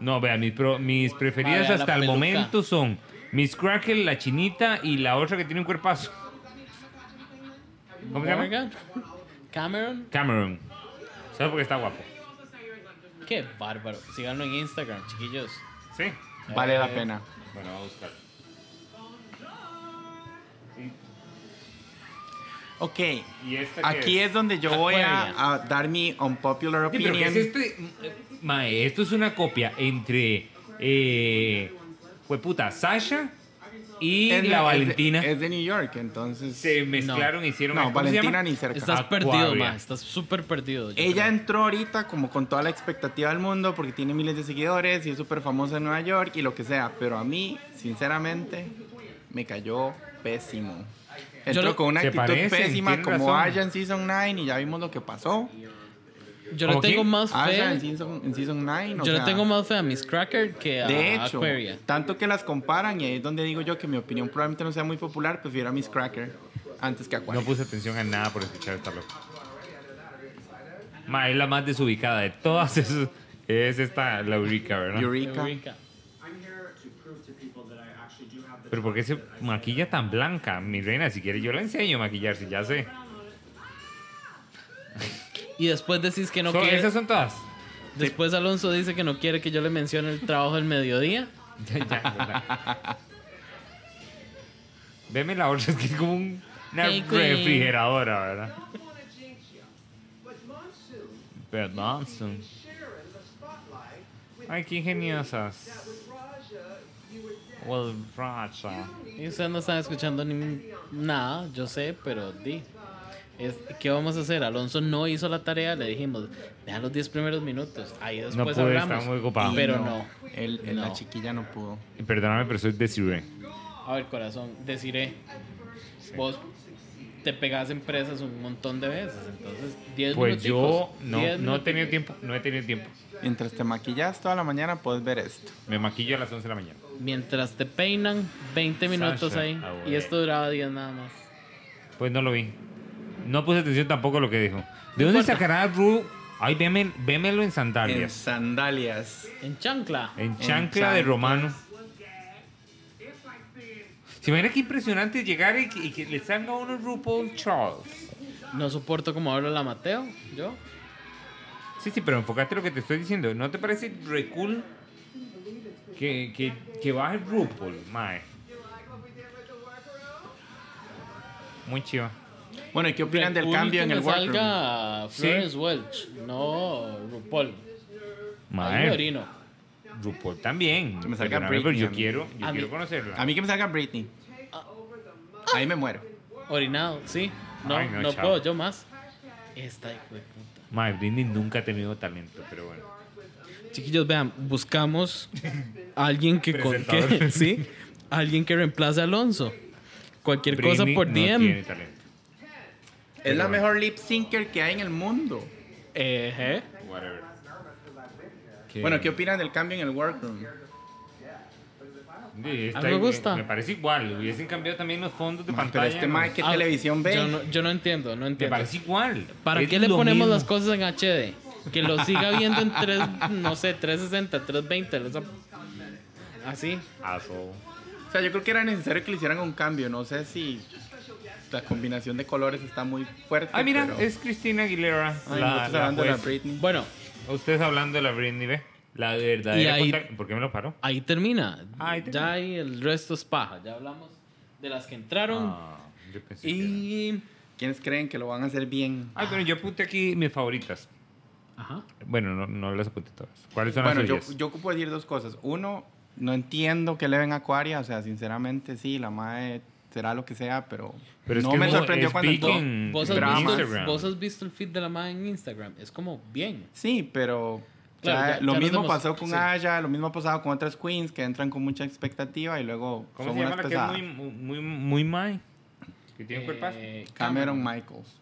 Speaker 3: No, vean, mis, pro- mis preferidas
Speaker 4: Mae, la
Speaker 3: hasta el
Speaker 4: peluca.
Speaker 3: momento son Miss Crackle, la chinita y la otra que tiene un cuerpazo. ¿Cómo se llama?
Speaker 4: Morgan, Cameron.
Speaker 3: Cameron. ¿Sabes por qué está guapo?
Speaker 4: Qué bárbaro. Síganlo en Instagram, chiquillos.
Speaker 3: Sí.
Speaker 5: Vale la
Speaker 4: Eh,
Speaker 5: pena.
Speaker 3: Bueno, vamos a buscar.
Speaker 5: Ok.
Speaker 3: ¿Y esta qué
Speaker 5: Aquí es donde yo voy a, a dar mi unpopular
Speaker 3: Sí, pero ¿qué
Speaker 5: opinion.
Speaker 3: es este? Mae, esto es una copia entre. Eh, hueputa, Sasha y
Speaker 5: Es de-
Speaker 3: la
Speaker 5: es de-
Speaker 3: Valentina.
Speaker 5: Es de, New York, entonces.
Speaker 3: se mezclaron, hicieron.
Speaker 5: No,
Speaker 3: ¿cómo se llama?
Speaker 5: Valentina ni cerca.
Speaker 4: Estás
Speaker 3: Aquaria.
Speaker 4: perdido, ma. Estás súper perdido. yo
Speaker 5: Ella
Speaker 4: creo.
Speaker 5: entró ahorita como con toda la expectativa del mundo porque tiene miles de seguidores y es súper famosa en Nueva York y lo que sea. Pero a mí, sinceramente, me cayó pésimo. Entró
Speaker 4: lo-
Speaker 5: con una
Speaker 3: Se
Speaker 5: actitud
Speaker 3: parecen,
Speaker 5: pésima
Speaker 3: tienen
Speaker 5: como
Speaker 3: razón.
Speaker 5: Aya en Season 9 y ya vimos lo que pasó.
Speaker 4: Yo le
Speaker 3: ¿Cómo
Speaker 4: tengo
Speaker 3: quién?
Speaker 4: más
Speaker 5: Aya en
Speaker 4: fe.
Speaker 5: Season, en season 9. Ah, o
Speaker 4: Yo le
Speaker 5: sea,
Speaker 4: tengo más fe a Miss Cracker que a
Speaker 5: De hecho,
Speaker 4: Ah, Aquaria.
Speaker 5: tanto que las comparan y ahí es donde digo yo que mi opinión probablemente no sea muy popular, prefiero a Miss Cracker antes que a
Speaker 3: No
Speaker 5: Aquaria.
Speaker 3: puse atención a nada por escuchar esta loca. Mae, es la más desubicada de todas esas. Es esta, la Eureka, ¿verdad?
Speaker 5: Eureka.
Speaker 4: Eureka.
Speaker 3: Pero ¿por qué se maquilla tan blanca? Mi reina, si quieres yo la enseño a maquillarse, ya sé.
Speaker 4: Y después decís que no
Speaker 3: So,
Speaker 4: quiere.
Speaker 3: ¿Esas son todas?
Speaker 4: Después Alonso dice que no quiere que yo le mencione el trabajo del mediodía.
Speaker 3: Ya, ya, ¿verdad? Veme la otra, es que es como un- una
Speaker 4: Hey, queen.
Speaker 3: refrigeradora, ¿verdad? Pero Monsoon. Ay, qué ingeniosas. Well, Raja.
Speaker 4: Y ustedes no están escuchando ni nada, yo sé, pero di. Es- ¿Qué vamos a hacer? Alonso no hizo la tarea, le dijimos, deja los 10 primeros minutos, ahí después
Speaker 3: pude,
Speaker 4: hablamos.
Speaker 3: estaba muy ocupado.
Speaker 4: Pero
Speaker 5: Y
Speaker 4: no.
Speaker 5: el- el- La
Speaker 4: No.
Speaker 5: chiquilla no pudo.
Speaker 3: Y Perdóname, pero soy Desiree.
Speaker 4: A ver, corazón, deciré, vos te pegás en presas un montón de veces, entonces 10
Speaker 3: Pues yo
Speaker 4: minuticos,
Speaker 3: no,
Speaker 4: 10
Speaker 3: no he tenido
Speaker 4: minuticos.
Speaker 3: tiempo, no he tenido tiempo.
Speaker 5: Mientras te maquillas toda la mañana, puedes ver esto.
Speaker 3: Me maquillo a las 11 de la mañana.
Speaker 4: Mientras te peinan, 20 minutos
Speaker 3: Sasha,
Speaker 4: ahí.
Speaker 3: ah, bueno.
Speaker 4: Y esto duraba 10 nada más.
Speaker 3: Pues no lo vi. No puse atención tampoco a lo que dijo. ¿De dónde sacará Ru? Ay, veme, vémelo en
Speaker 5: En
Speaker 3: sandalias.
Speaker 5: sandalias.
Speaker 4: En chancla.
Speaker 3: En
Speaker 5: En
Speaker 3: chancla de
Speaker 5: chanclas.
Speaker 3: romano. Se imagina qué impresionante llegar y que, y que le salga a uno RuPaul Charles.
Speaker 4: No soporto como habla la Mateo, yo.
Speaker 3: Sí, sí, pero enfócate en lo que te estoy diciendo. ¿No te parece re cool que, que, que baje RuPaul, mae? Muy chiva.
Speaker 5: Bueno, ¿y qué opinan del
Speaker 4: Cool
Speaker 5: cambio
Speaker 4: que
Speaker 5: en
Speaker 4: me
Speaker 5: el workroom?
Speaker 4: salga
Speaker 3: Sí.
Speaker 4: Florence Welch, no RuPaul. Ahí me
Speaker 3: Mae,
Speaker 4: orino.
Speaker 3: RuPaul también.
Speaker 5: Que me salga
Speaker 3: Perdóname, pero
Speaker 5: Britney a
Speaker 3: yo
Speaker 5: mí.
Speaker 3: quiero, yo
Speaker 4: A
Speaker 3: quiero
Speaker 4: mí-
Speaker 3: conocerla.
Speaker 5: A mí que me salga Britney. Ahí me muero.
Speaker 4: Orinado, sí. No,
Speaker 3: Ay, no,
Speaker 4: no,
Speaker 3: chao.
Speaker 4: puedo yo más. Esta hijo de puta.
Speaker 3: Mae, Britney nunca ha tenido talento, pero bueno.
Speaker 4: Chiquillos, vean, buscamos a alguien que, con, que
Speaker 3: Presentador.
Speaker 4: sí, alguien que reemplace a Alonso. Cualquier cosa
Speaker 3: Britney
Speaker 4: por
Speaker 3: no tiene
Speaker 4: DM.
Speaker 3: talento.
Speaker 5: Es la mejor lip syncer que hay en el mundo.
Speaker 4: Ejé.
Speaker 3: Whatever.
Speaker 5: Bueno, ¿qué opinan del cambio en el workroom?
Speaker 3: Sí, está
Speaker 4: A mí Ah, me
Speaker 3: igual,
Speaker 4: gusta.
Speaker 3: Me parece igual. Hubiesen cambiado también los fondos de
Speaker 5: Ma,
Speaker 3: pantalla.
Speaker 5: Pero este
Speaker 3: ¿no?
Speaker 5: Mike, ¿qué
Speaker 4: Ah,
Speaker 5: televisión ve?
Speaker 4: Yo no, yo no entiendo, no
Speaker 3: Me
Speaker 4: entiendo.
Speaker 3: parece igual.
Speaker 4: ¿Para
Speaker 3: Es
Speaker 4: qué le
Speaker 3: lo
Speaker 4: ponemos
Speaker 3: mismo.
Speaker 4: las cosas en HD? Que lo siga viendo en 3, no sé, 360, 320, esa- así.
Speaker 5: Ah,
Speaker 3: Asshole.
Speaker 5: O sea, yo creo que era necesario que le hicieran un cambio. No sé si la combinación de colores está muy fuerte.
Speaker 3: Ah, mira,
Speaker 5: pero-
Speaker 3: es Cristina Aguilera.
Speaker 5: Ay,
Speaker 3: la,
Speaker 5: nosotros
Speaker 3: la
Speaker 5: hablando de la
Speaker 3: juez.
Speaker 5: Britney.
Speaker 4: Bueno,
Speaker 3: Ustedes hablando de la Britney, ¿ve? La verdadera.
Speaker 4: Y ahí-
Speaker 3: contra- ¿Por qué me lo paró?
Speaker 4: ahí termina.
Speaker 3: Ah, ahí termina.
Speaker 4: Ya ahí el resto es paja. Ya hablamos de las que entraron.
Speaker 3: Ah, yo pensé que era.
Speaker 4: y.
Speaker 5: ¿Quiénes creen que lo van a hacer bien?
Speaker 3: Ay, pero yo apunté aquí mis favoritas.
Speaker 4: Ajá.
Speaker 3: Bueno, no, no las apunté todas. ¿Cuáles son
Speaker 5: Bueno,
Speaker 3: las
Speaker 5: yo,
Speaker 3: suyas?
Speaker 5: yo ocupo decir dos cosas. Uno, no entiendo que le ven a Acuaria. O sea, sinceramente, sí, la madre será lo que sea, pero,
Speaker 3: Pero es
Speaker 5: no
Speaker 3: que
Speaker 5: me
Speaker 3: no,
Speaker 5: sorprendió
Speaker 3: es
Speaker 5: cuando entró.
Speaker 3: Viking. En
Speaker 4: ¿Vos has,
Speaker 5: dramas.
Speaker 4: visto el,
Speaker 3: Instagram.
Speaker 4: vos has visto el feed de la madre en Instagram. Es como bien.
Speaker 5: Sí, pero
Speaker 4: Claro,
Speaker 5: o sea,
Speaker 4: ya- ya
Speaker 5: lo
Speaker 4: nos
Speaker 5: mismo
Speaker 4: demos-
Speaker 5: pasó con
Speaker 4: sí.
Speaker 5: Aya, lo mismo ha pasado con otras queens que entran con mucha expectativa y luego
Speaker 3: ¿Cómo
Speaker 5: son
Speaker 3: se llama
Speaker 5: unas
Speaker 3: la que es
Speaker 5: pesadas.
Speaker 3: muy, muy, muy, muy Mai? Que tiene un cuerpazo.
Speaker 4: Eh,
Speaker 5: Cameron Michaels.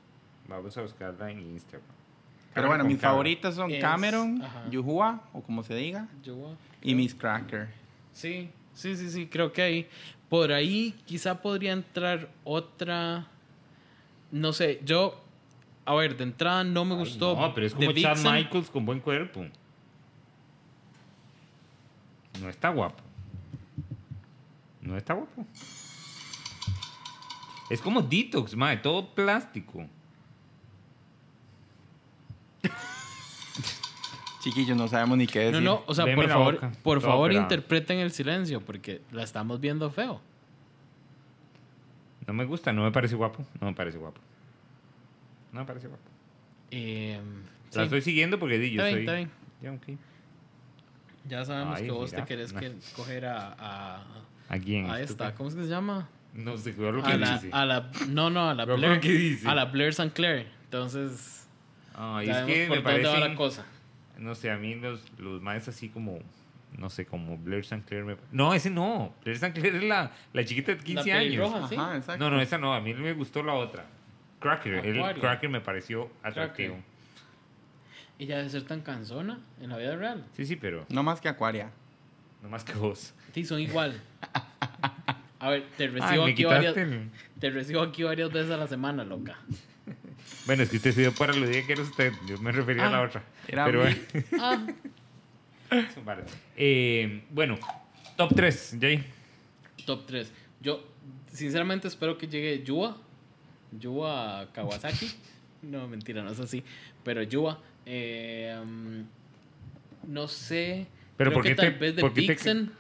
Speaker 3: Vamos a buscarla en Instagram.
Speaker 5: Pero
Speaker 3: Cameron
Speaker 5: bueno,
Speaker 3: con
Speaker 5: mis
Speaker 3: Cameron.
Speaker 5: favoritas son
Speaker 4: Es-
Speaker 5: Cameron,
Speaker 4: ajá.
Speaker 5: Yuhua, o como se diga,
Speaker 4: yo-
Speaker 5: y Miss Cracker.
Speaker 4: Sí, Sí, sí, sí, creo que ahí. Por ahí quizá podría entrar otra. No sé, yo. A ver, de entrada no me gustó.
Speaker 3: No, pero es
Speaker 4: The
Speaker 3: como Chad
Speaker 4: Vixen.
Speaker 3: Michaels con buen cuerpo. No está guapo. No está guapo. Es como detox, mae, todo plástico.
Speaker 5: Chiquillos, no sabemos ni qué
Speaker 4: No,
Speaker 5: decir.
Speaker 4: no, o sea,
Speaker 3: Deme
Speaker 4: por
Speaker 3: la
Speaker 4: favor,
Speaker 3: boca.
Speaker 4: por
Speaker 3: No,
Speaker 4: favor
Speaker 3: pero-
Speaker 4: interpreten el silencio porque la estamos viendo feo.
Speaker 3: No me gusta, no me parece guapo. No me parece guapo. No me parece guapo.
Speaker 4: Eh,
Speaker 3: La
Speaker 4: sí,
Speaker 3: estoy siguiendo porque di, yo
Speaker 4: está bien,
Speaker 3: soy.
Speaker 4: está bien.
Speaker 3: Ya, ok.
Speaker 4: Ya sabemos
Speaker 3: Ay,
Speaker 4: que vos
Speaker 3: mira,
Speaker 4: te querés
Speaker 3: no.
Speaker 4: que coger a, a,
Speaker 3: ¿A quién?
Speaker 4: a esta,
Speaker 3: estúpido?
Speaker 4: ¿cómo es que se llama?
Speaker 3: No sé, cuidado lo que
Speaker 4: A la,
Speaker 3: dice.
Speaker 4: a la, no, no, a la
Speaker 3: Pero
Speaker 4: Blair,
Speaker 3: ¿cómo que dice?
Speaker 4: a la Blair St. Clair. Entonces,
Speaker 3: Ay, es
Speaker 4: sabemos
Speaker 3: que
Speaker 4: por
Speaker 3: me
Speaker 4: dónde va la
Speaker 3: parecen,
Speaker 4: cosa.
Speaker 3: No sé, a mí los, los más así como. No sé, como Blair St. Clair. me- No, ese no. Blair St. Clair es la, la chiquita de 15
Speaker 4: La
Speaker 3: años.
Speaker 4: pelirroja, sí.
Speaker 5: Ajá, exacto.
Speaker 3: No, no, esa no. A mí me gustó la otra. Cracker. El
Speaker 4: Acuario.
Speaker 3: Cracker me pareció atractivo.
Speaker 4: Cracker. Ella debe ser tan cansona en la vida real.
Speaker 3: Sí, sí, pero
Speaker 5: No más que Acuaria.
Speaker 3: no más que vos.
Speaker 4: Sí, son igual. A ver, te
Speaker 3: Ay,
Speaker 4: recibo,
Speaker 3: me
Speaker 4: aquí
Speaker 3: quitaste
Speaker 4: varias,
Speaker 3: el-
Speaker 4: te recibo aquí varias veces a la semana, loca.
Speaker 3: Bueno, es que usted se dio para lo día que era usted. Yo me refería a la
Speaker 4: Ah,
Speaker 3: otra.
Speaker 5: era
Speaker 3: Pero
Speaker 5: mi-
Speaker 4: Ah,
Speaker 3: Eso para. Eh, bueno, top 3, Jay.
Speaker 4: top 3. Yo, sinceramente, espero que llegue Yua. Yua Kawasaki. No, mentira, no es así. Pero Yua. eh, mm, no sé.
Speaker 3: Pero
Speaker 4: creo
Speaker 3: ¿por
Speaker 4: que
Speaker 3: qué
Speaker 4: tal
Speaker 3: te-
Speaker 4: vez de
Speaker 3: por qué te-
Speaker 4: Vixen.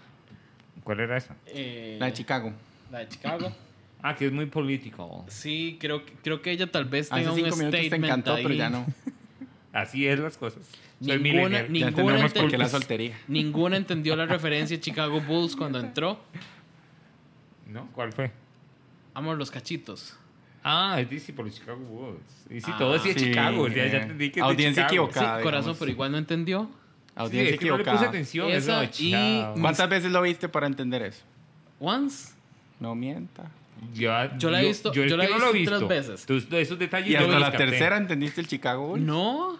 Speaker 3: ¿Cuál era esa?
Speaker 4: eh,
Speaker 5: La de Chicago.
Speaker 4: La de Chicago.
Speaker 3: Ah, que es muy político.
Speaker 4: Sí, creo, que- creo que ella tal vez
Speaker 5: Hace
Speaker 4: tenga un
Speaker 5: cinco minutos te
Speaker 4: statement
Speaker 5: encantó, pero
Speaker 4: ahí.
Speaker 5: ya no.
Speaker 3: Así es las cosas. Soy
Speaker 4: Ninguna,
Speaker 3: millennial.
Speaker 5: Ya
Speaker 4: ninguna,
Speaker 5: entendemos por
Speaker 4: enten-
Speaker 5: qué la soltería.
Speaker 4: ninguna entendió la referencia a Chicago Bulls cuando entró.
Speaker 3: ¿No? ¿Cuál fue?
Speaker 4: Amor, los cachitos.
Speaker 3: Ah, es DC por los Chicago Bulls. Y si
Speaker 4: Ah,
Speaker 3: todo decía
Speaker 5: sí,
Speaker 3: Chicago, o sea,
Speaker 5: eh.
Speaker 3: ya entendí que es de
Speaker 5: Audiencia
Speaker 3: Chicago.
Speaker 4: Sí,
Speaker 5: equivocada. Ah,
Speaker 4: corazón,
Speaker 5: digamos.
Speaker 4: pero igual no entendió.
Speaker 3: Sí,
Speaker 5: Audiencia
Speaker 3: es que no le puse
Speaker 5: equivocada.
Speaker 3: atención.
Speaker 4: Esa
Speaker 3: eso,
Speaker 4: y-
Speaker 3: chao.
Speaker 5: ¿Cuántas veces lo viste para entender eso?
Speaker 4: Once.
Speaker 5: No mienta.
Speaker 3: Ya-
Speaker 4: Yo la he visto- yo
Speaker 3: es
Speaker 4: la
Speaker 3: que
Speaker 4: he
Speaker 3: no lo
Speaker 4: visto tres veces.
Speaker 3: Tus- esos detalles
Speaker 5: Y
Speaker 3: yo
Speaker 5: hasta
Speaker 3: los
Speaker 5: la
Speaker 3: capté.
Speaker 5: tercera entendiste el Chicago Bulls.
Speaker 4: No.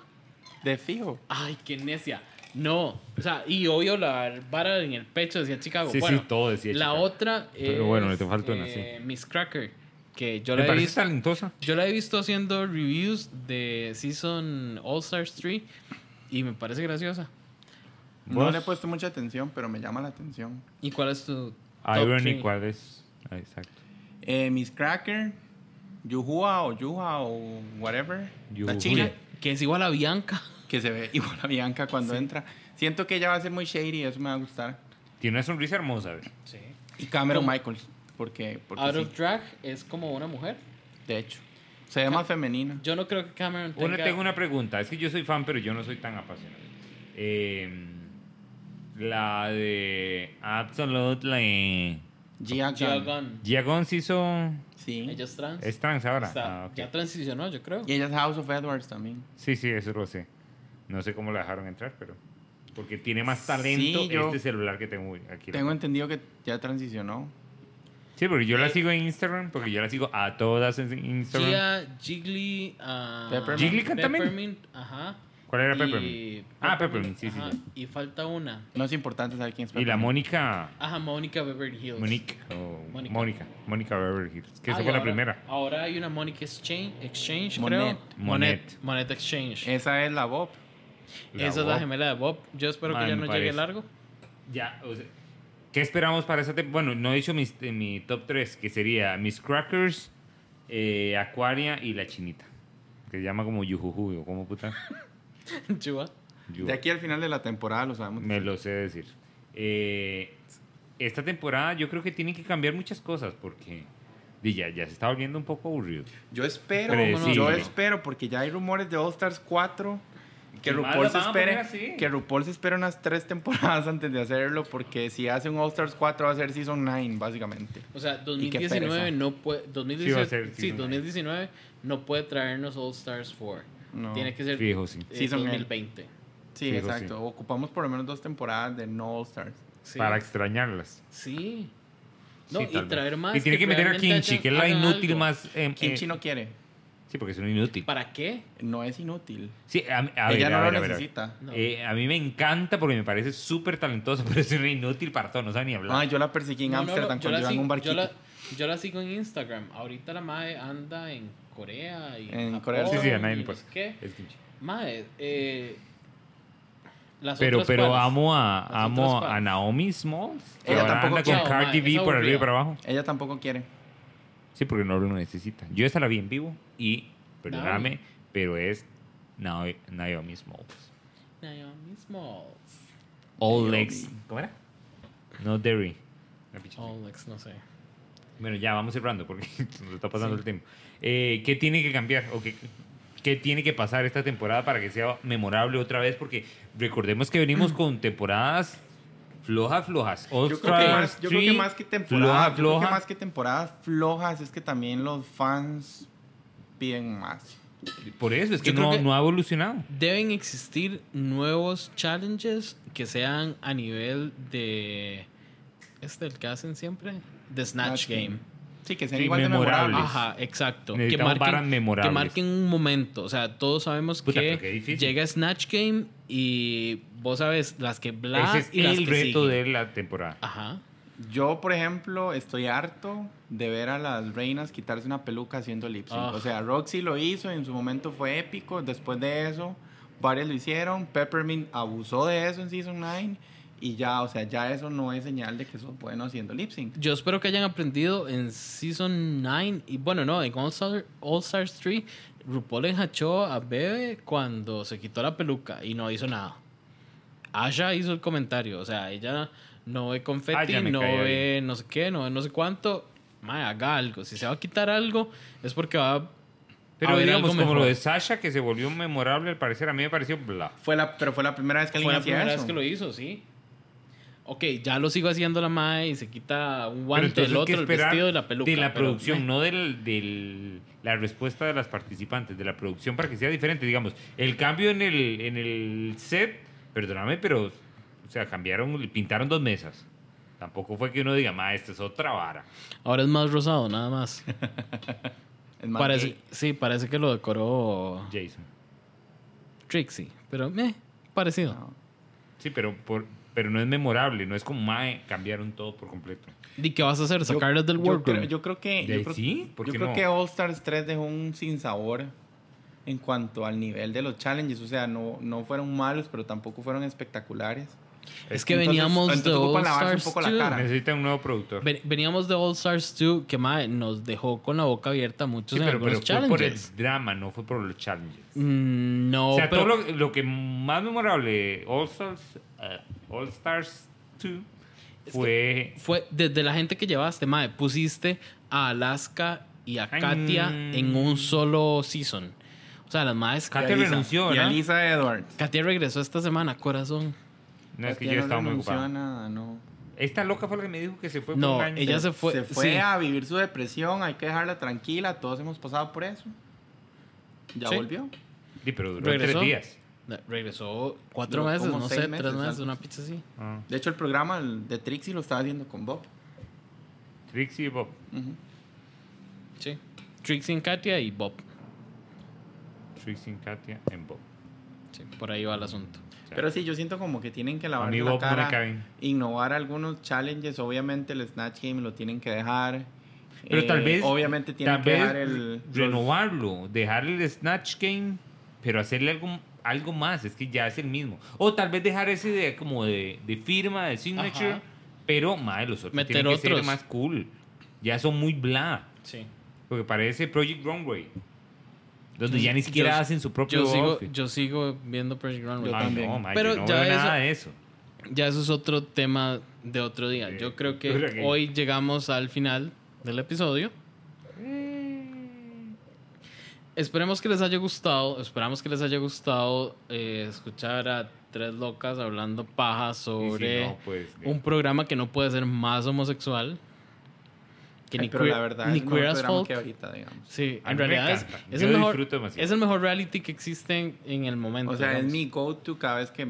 Speaker 5: De fijo.
Speaker 4: Ay, qué necia. No. O sea, y obvio la vara en el pecho decía Chicago.
Speaker 3: Sí,
Speaker 4: bueno,
Speaker 3: sí, todo decía
Speaker 4: La
Speaker 3: Chicago.
Speaker 4: otra es,
Speaker 3: Pero bueno, le te falta una, sí.
Speaker 4: eh, Miss Cracker, que yo
Speaker 3: ¿Te
Speaker 4: la he
Speaker 3: parece
Speaker 4: visto.
Speaker 3: talentosa?
Speaker 4: Yo la he visto haciendo reviews de Season All Stars 3 y me parece graciosa.
Speaker 5: No
Speaker 3: ¿Vos?
Speaker 5: le he puesto mucha atención, pero me llama la atención.
Speaker 4: ¿Y cuál es tu top
Speaker 3: Irony,
Speaker 4: three?
Speaker 3: ¿cuál es? Ah, Exacto.
Speaker 5: Eh, Miss Cracker, Yuhua o Yuha o whatever.
Speaker 3: Yuhua.
Speaker 5: La china.
Speaker 4: Que es igual a Bianca.
Speaker 5: Que se ve igual a Bianca cuando entra. Siento que ella va a ser muy shady, eso me va a gustar.
Speaker 3: Tiene una sonrisa hermosa, a ver.
Speaker 5: Y Cameron
Speaker 4: ¿Cómo?
Speaker 5: Michaels, porque, porque
Speaker 4: Out
Speaker 5: sí,
Speaker 4: of Drag es como una mujer.
Speaker 5: de hecho. Se ve más femenina.
Speaker 4: Yo no creo que Cameron tenga...
Speaker 3: Una, tengo una pregunta. Es que yo soy fan, pero yo no soy tan apasionado. Eh, la de Absolutely.
Speaker 5: Gia
Speaker 4: Gia
Speaker 5: Gunn.
Speaker 4: Gunn.
Speaker 3: Gia Gons hizo.
Speaker 5: Sí.
Speaker 4: Ella es trans.
Speaker 3: Es trans ahora.
Speaker 4: Está-
Speaker 3: Ah, ok.
Speaker 4: Ya transicionó, yo creo.
Speaker 5: Y ella es House of Edwards también.
Speaker 3: Sí, sí, eso lo sé. No sé cómo la dejaron entrar, pero. Porque tiene más talento
Speaker 5: Sí, yo-
Speaker 3: este celular que tengo aquí.
Speaker 5: Tengo entendido que ya transicionó.
Speaker 3: Sí, porque yo la sigo en Instagram, porque yo la sigo a todas en Instagram.
Speaker 4: Gia, Jiggly... ah,
Speaker 5: Peppermint.
Speaker 3: ¿Jiggly canta también?
Speaker 4: Peppermint, ajá.
Speaker 3: ¿Cuál era
Speaker 4: Y-
Speaker 3: Peppermint? Ah, Peppermint, sí, sí,
Speaker 4: ajá,
Speaker 3: sí.
Speaker 4: Y falta una.
Speaker 5: No es importante saber quién es.
Speaker 3: Y la
Speaker 5: Peppermint.
Speaker 3: Mónica.
Speaker 4: Ajá, Mónica Beverly Hills.
Speaker 3: Monique. o
Speaker 4: Pues, Mónica.
Speaker 3: Mónica. Mónica Beverly Hills. Que
Speaker 4: Ah,
Speaker 3: esa
Speaker 4: y
Speaker 3: fue la
Speaker 4: ahora-
Speaker 3: primera.
Speaker 4: Ahora hay una Mónica Exchange, Exchange
Speaker 5: Monet. Eh,
Speaker 4: creo.
Speaker 3: Monet.
Speaker 4: Monet Exchange.
Speaker 5: Esa es la Bob.
Speaker 4: Esa es
Speaker 3: voz.
Speaker 4: la gemela de Bob. Yo espero
Speaker 3: Man,
Speaker 4: que ya
Speaker 3: me
Speaker 4: no
Speaker 3: parece.
Speaker 4: llegue largo.
Speaker 3: Ya, o sea, ¿qué esperamos para esa temporada? Bueno, no he dicho mis- eh, mi top 3, que sería Miss Crackers, eh, Aquaria y la chinita. Que se llama como Yujuju, o como puta.
Speaker 4: Chua.
Speaker 3: Yu-
Speaker 5: De aquí al final de la temporada lo sabemos.
Speaker 3: Me lo sé decir. Eh, esta temporada yo creo que tienen que cambiar muchas cosas porque di, ya, ya se está volviendo un poco aburrido.
Speaker 5: Yo espero,
Speaker 3: Predecible.
Speaker 5: yo espero, porque ya hay rumores de All Stars 4. Que
Speaker 3: ¿Qué más
Speaker 5: RuPaul,
Speaker 3: las
Speaker 5: se
Speaker 3: van a poner
Speaker 4: pues,
Speaker 5: espere,
Speaker 3: así?
Speaker 5: que RuPaul se espere unas tres temporadas antes de hacerlo, porque si hace un All Stars 4 va a ser Season 9, básicamente.
Speaker 4: O sea,
Speaker 5: Y qué pereza.
Speaker 4: 2019 no puede.
Speaker 3: Sí, va
Speaker 4: 2019,
Speaker 3: a
Speaker 4: sí,
Speaker 3: ser season
Speaker 4: 2019 no puede traernos All Stars 4.
Speaker 5: No.
Speaker 4: Tiene que ser
Speaker 3: Fijo, sí.
Speaker 4: eh,
Speaker 5: Season
Speaker 4: 2020.
Speaker 5: Sí,
Speaker 3: Fijo,
Speaker 5: exacto.
Speaker 3: sí.
Speaker 5: Ocupamos por lo menos dos temporadas de no All Stars.
Speaker 4: Sí.
Speaker 3: Para extrañarlas.
Speaker 4: Sí. No,
Speaker 3: Sí,
Speaker 4: y
Speaker 3: tal vez.
Speaker 4: traer más.
Speaker 3: Y tiene que, meter a
Speaker 4: realmente
Speaker 3: Kimchi,
Speaker 4: hayan-
Speaker 3: que es la
Speaker 4: hagan
Speaker 3: inútil
Speaker 4: algo.
Speaker 3: más... eh,
Speaker 5: Kimchi
Speaker 3: eh,
Speaker 5: no quiere.
Speaker 3: Sí, porque es un inútil.
Speaker 4: ¿Para qué?
Speaker 5: No es inútil.
Speaker 3: Sí, a, mí- a
Speaker 5: Ella
Speaker 3: ver,
Speaker 5: no
Speaker 3: a ver,
Speaker 5: lo
Speaker 3: a ver, a ver.
Speaker 5: necesita.
Speaker 4: No.
Speaker 3: Eh, a mí me encanta porque me parece súper talentoso, pero es un inútil para todo, no sabe ni hablar.
Speaker 5: Ah, yo la perseguí en
Speaker 4: No, no, no,
Speaker 5: Ámsterdam
Speaker 4: yo
Speaker 5: cuando
Speaker 4: la
Speaker 5: iba en
Speaker 4: sig-
Speaker 5: un
Speaker 4: yo
Speaker 5: barquito.
Speaker 4: la, yo la sigo en Instagram. Ahorita la mae anda en Corea y
Speaker 5: En Corea del
Speaker 3: sí, pues.
Speaker 5: Sur.
Speaker 3: sí, a nadie
Speaker 4: y
Speaker 3: le
Speaker 4: no sé
Speaker 3: importa.
Speaker 4: qué.
Speaker 3: Es que-
Speaker 4: Mae, eh, las
Speaker 3: Pero,
Speaker 4: otras
Speaker 3: pero
Speaker 4: cuales-
Speaker 3: amo a,
Speaker 4: Las
Speaker 3: amo
Speaker 4: otras
Speaker 3: a
Speaker 4: cuales.
Speaker 3: Naomi Smalls, que
Speaker 5: Ella
Speaker 3: ahora
Speaker 5: tampoco
Speaker 3: anda con
Speaker 4: quiere,
Speaker 3: Cardi
Speaker 4: ma,
Speaker 3: B
Speaker 4: es
Speaker 3: por arriba y
Speaker 4: aburrida.
Speaker 3: para abajo.
Speaker 5: Ella tampoco quiere.
Speaker 3: Sí, porque no lo necesita. Yo esa la vi en vivo y, perdóname, pero es Nao- Naomi Smalls.
Speaker 4: Naomi Smalls.
Speaker 3: All
Speaker 5: Naomi.
Speaker 3: legs. ¿Cómo era? No dairy. Una picha así.
Speaker 4: Olex, no sé.
Speaker 3: Bueno, ya vamos cerrando porque nos está pasando el tiempo. Eh, ¿Qué tiene que cambiar o qué, qué tiene que pasar esta temporada para que sea memorable otra vez? Porque recordemos que venimos con temporadas flojas, flojas. All
Speaker 5: Yo creo, que
Speaker 3: Star
Speaker 5: más, yo creo que
Speaker 3: Three,
Speaker 5: más que temporadas,
Speaker 3: floja,
Speaker 5: yo creo que
Speaker 3: floja.
Speaker 5: más que temporadas flojas es que también los fans piden más.
Speaker 3: Por eso, es que
Speaker 4: Yo creo
Speaker 3: no,
Speaker 4: que-
Speaker 3: no ha evolucionado.
Speaker 4: Deben existir nuevos challenges que sean a nivel de. ¿Este el que hacen siempre? De Snatch,
Speaker 5: Snatch
Speaker 4: Game.
Speaker 5: Game. Sí, que sean
Speaker 3: Sí,
Speaker 5: igual de
Speaker 3: memorables.
Speaker 5: memorables.
Speaker 4: Ajá, exacto. Que
Speaker 3: Necesitamos varas
Speaker 4: marquen, que
Speaker 3: memorables.
Speaker 4: marquen un momento. O sea, todos sabemos
Speaker 3: Puta,
Speaker 4: que
Speaker 3: pero qué difícil.
Speaker 4: llega Snatch Game y vos sabes las que bla
Speaker 3: Ese es
Speaker 4: y las
Speaker 3: el
Speaker 4: que
Speaker 3: reto
Speaker 4: siguen.
Speaker 3: de la temporada.
Speaker 4: Ajá.
Speaker 5: Yo, por ejemplo, estoy harto de ver a las reinas quitarse una peluca haciendo lip sync.
Speaker 4: Ah.
Speaker 5: O sea, Roxy lo hizo, en su momento fue épico. Después de eso, varios lo hicieron. Peppermint abusó de eso en Season 9. Y ya, o sea, ya eso no es señal de que son buenos haciendo lip sync.
Speaker 4: Yo espero que hayan aprendido en Season 9 y bueno, no, en All, Star- All Stars 3 RuPaul enjachó a Bebe cuando se quitó la peluca y no hizo nada. Asha hizo el comentario, o sea, ella no ve
Speaker 3: Ah,
Speaker 4: confeti,
Speaker 3: ya me
Speaker 4: no
Speaker 3: caía
Speaker 4: ve no sé qué, no ve no sé cuánto. Mae, haga algo. Si se va a quitar algo es porque va a
Speaker 3: Pero
Speaker 4: haber
Speaker 3: digamos,
Speaker 4: algo
Speaker 3: como lo
Speaker 4: mejor.
Speaker 3: de Sasha, que se volvió memorable, al parecer, a mí me pareció bla.
Speaker 5: Fue la, pero fue la primera vez que
Speaker 4: Fue
Speaker 5: alguien
Speaker 4: la
Speaker 5: hacía
Speaker 4: primera
Speaker 5: eso.
Speaker 4: vez que lo hizo, sí. Ok, ya lo sigo haciendo la mae y se quita un
Speaker 3: Pero
Speaker 4: guante, el
Speaker 3: entonces, ¿qué
Speaker 4: otro, el
Speaker 3: esperar
Speaker 4: vestido y la peluca.
Speaker 3: De la
Speaker 4: pero,
Speaker 3: producción,
Speaker 4: mae,
Speaker 3: no del, del- la respuesta de las participantes, de la producción para que sea diferente. Digamos, el cambio en el, en el set, perdóname, pero, o sea, cambiaron, pintaron dos mesas. Tampoco fue que uno diga, ma, esta es otra vara.
Speaker 4: Ahora es más rosado, nada más.
Speaker 5: Es más
Speaker 4: Parece,
Speaker 5: gay.
Speaker 4: sí, parece que lo decoró
Speaker 3: Jason.
Speaker 4: Trixie, pero meh, parecido.
Speaker 5: No.
Speaker 3: Sí, pero, por, pero no es memorable, no es como, ma, eh, cambiaron todo por completo.
Speaker 4: ¿Y qué vas a hacer?
Speaker 5: Yo-
Speaker 4: ¿Sacarlas del
Speaker 5: yo
Speaker 4: workroom?
Speaker 5: creo- Yo creo que.
Speaker 3: ¿De
Speaker 5: Yo creo,
Speaker 3: sí? ¿Por
Speaker 5: yo
Speaker 3: qué
Speaker 5: creo
Speaker 3: no?
Speaker 5: que All Stars 3 dejó un sinsabor en cuanto al nivel de los challenges. O sea, no, no fueron malos, pero tampoco fueron espectaculares.
Speaker 4: es que
Speaker 5: Entonces-
Speaker 4: veníamos
Speaker 5: entonces
Speaker 4: de
Speaker 5: ocupan
Speaker 4: All
Speaker 5: lavarse un
Speaker 4: Stars
Speaker 5: poco la
Speaker 4: 2.
Speaker 5: cara.
Speaker 3: Necesita un nuevo productor.
Speaker 4: Ven- Veníamos de All Stars 2 que mae, nos dejó con la boca abierta muchos
Speaker 3: Sí,
Speaker 4: en
Speaker 3: pero,
Speaker 4: algunos
Speaker 3: pero fue por el
Speaker 4: challenges.
Speaker 3: drama, no fue por los challenges.
Speaker 4: Mm, No,
Speaker 3: o sea,
Speaker 4: pero
Speaker 3: todo lo, lo que más memorable All Stars, eh, All Stars 2 fue...
Speaker 4: fue desde la gente que llevaste, mae, pusiste a Alaska y a
Speaker 3: Ay,
Speaker 4: Katia
Speaker 3: mm.
Speaker 4: en un solo season. O sea, las maes
Speaker 3: Katia
Speaker 5: Lisa.
Speaker 3: Ah, renunció,
Speaker 5: Y a
Speaker 3: ¿verdad?
Speaker 5: Lisa Edwards.
Speaker 4: Katia regresó esta semana, corazón.
Speaker 3: No, es que
Speaker 5: Katia
Speaker 3: yo
Speaker 5: no
Speaker 3: estaba muy
Speaker 5: renunció a
Speaker 3: ocupado.
Speaker 5: nada, no.
Speaker 3: Esta loca fue la que me dijo que se fue
Speaker 4: No,
Speaker 3: por un año.
Speaker 4: ella se fue.
Speaker 5: se fue
Speaker 4: sí.
Speaker 5: a vivir su depresión, hay que dejarla tranquila, todos hemos pasado por eso. Ya
Speaker 4: Sí.
Speaker 5: volvió.
Speaker 3: Sí, pero duró
Speaker 4: ¿Regresó?
Speaker 3: tres días.
Speaker 4: No, Regresó cuatro
Speaker 5: Duró
Speaker 4: meses,
Speaker 5: como
Speaker 4: no sé,
Speaker 5: seis
Speaker 4: tres
Speaker 5: meses,
Speaker 4: meses,
Speaker 5: algo
Speaker 4: una
Speaker 5: así.
Speaker 4: pizza así.
Speaker 3: Ah,
Speaker 5: De hecho, el programa de Trixie lo estaba haciendo con Bob.
Speaker 3: Trixie y Bob.
Speaker 5: Ujú.
Speaker 4: Sí. Trixie en Katia y Bob.
Speaker 3: Trixie, Katia y Bob.
Speaker 4: Sí, por ahí va el asunto.
Speaker 3: O sea,
Speaker 5: Pero sí, yo siento como que tienen que lavar
Speaker 3: a mí
Speaker 5: la
Speaker 3: Bob no me
Speaker 5: cara,
Speaker 3: caben.
Speaker 5: innovar algunos challenges. Obviamente, el Snatch Game lo tienen que dejar.
Speaker 3: Pero
Speaker 5: Eh,
Speaker 3: tal vez...
Speaker 5: Obviamente, tienen
Speaker 3: tal
Speaker 5: que
Speaker 3: vez
Speaker 5: dejar el.
Speaker 3: Renovarlo, dejar el Snatch Game, pero hacerle algo, algo más. Es que ya es el mismo. O tal vez dejar ese de, como de, de firma, de signature,
Speaker 4: Ajá.
Speaker 3: pero, madre, los otros
Speaker 4: Meter
Speaker 3: tienen que ser
Speaker 4: otros.
Speaker 3: más cool. Ya son muy bla.
Speaker 4: Sí.
Speaker 3: Porque parece Project Runway. Donde
Speaker 4: Yo-
Speaker 3: ya ni siquiera
Speaker 4: yo-
Speaker 3: hacen su propio
Speaker 4: Yo sigo,
Speaker 3: outfit.
Speaker 4: yo sigo viendo Project Runway.
Speaker 5: Yo
Speaker 3: Ay,
Speaker 5: también.
Speaker 3: no, mae,
Speaker 4: Pero
Speaker 3: yo no
Speaker 4: ya
Speaker 3: veo
Speaker 4: eso-
Speaker 3: nada de eso.
Speaker 4: Ya eso es otro tema de otro día.
Speaker 3: Sí.
Speaker 4: Yo creo que
Speaker 3: Dura que-
Speaker 4: hoy llegamos al final del episodio. Esperemos que les haya gustado. Esperamos que les haya gustado eh, escuchar a tres locas hablando paja
Speaker 3: Y si
Speaker 4: sobre
Speaker 3: no, pues,
Speaker 4: un programa que no puede ser más homosexual. Que
Speaker 5: Ay,
Speaker 4: ni
Speaker 5: pero
Speaker 4: queer-
Speaker 5: la verdad,
Speaker 4: ni
Speaker 5: es el
Speaker 4: Queer
Speaker 5: mejor
Speaker 4: as
Speaker 5: programa
Speaker 4: Folk.
Speaker 5: que ahorita, digamos.
Speaker 4: Sí,
Speaker 3: A
Speaker 4: en
Speaker 3: mí me
Speaker 4: realidad es,
Speaker 3: encanta.
Speaker 4: es
Speaker 3: Yo
Speaker 4: el mejor,
Speaker 3: disfruto demasiado.
Speaker 4: es el mejor reality que existe en, en el momento.
Speaker 5: O sea, es
Speaker 4: digamos.
Speaker 5: mi go-to cada vez que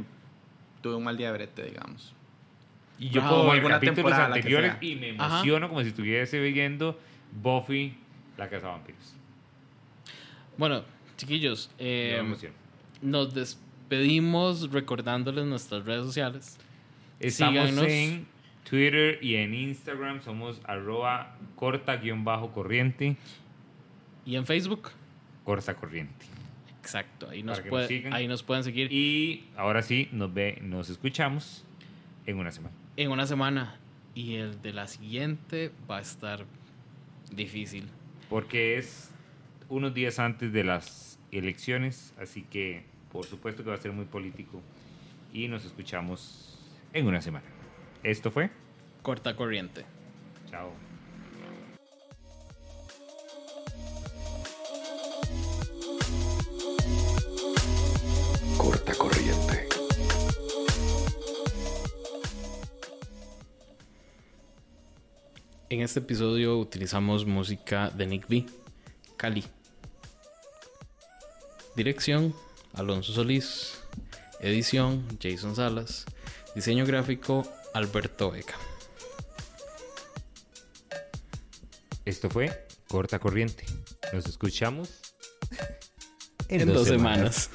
Speaker 5: tuve un mal día de brete, digamos.
Speaker 3: Y yo
Speaker 4: Ah,
Speaker 3: puedo
Speaker 5: o
Speaker 3: ver
Speaker 5: alguna
Speaker 3: capítulos
Speaker 5: temporada, la que
Speaker 3: anteriores
Speaker 5: sea.
Speaker 3: y me
Speaker 4: Ajá.
Speaker 3: emociono como si estuviese viendo Buffy, la casa de vampiros.
Speaker 4: Bueno, chiquillos, eh,
Speaker 5: Em,
Speaker 3: Lleva emoción.
Speaker 4: nos despedimos recordándoles nuestras redes sociales.
Speaker 3: Estamos
Speaker 4: síganos.
Speaker 3: en Twitter y en Instagram. Somos arroba corta-corriente.
Speaker 4: Y en Facebook.
Speaker 3: Corta corriente.
Speaker 4: Exacto, ahí nos,
Speaker 3: Para que
Speaker 4: puede-
Speaker 3: nos sigan.
Speaker 4: ahí nos pueden seguir
Speaker 3: Y ahora sí, nos ve, nos escuchamos en una semana.
Speaker 4: en una semana. Y el de la siguiente va a estar difícil.
Speaker 3: Porque es unos días antes de las elecciones, así que por supuesto que va a ser muy político. Y nos escuchamos en una semana. Esto fue.
Speaker 4: Corta corriente.
Speaker 3: Chao.
Speaker 2: Corta corriente.
Speaker 1: En este episodio utilizamos música de Nick B, Cali. Dirección, Alonso Solís. Edición, Jason Salas. Diseño gráfico, Alberto Vega.
Speaker 3: Esto fue Corta Corriente. Nos escuchamos
Speaker 1: En, dos semanas.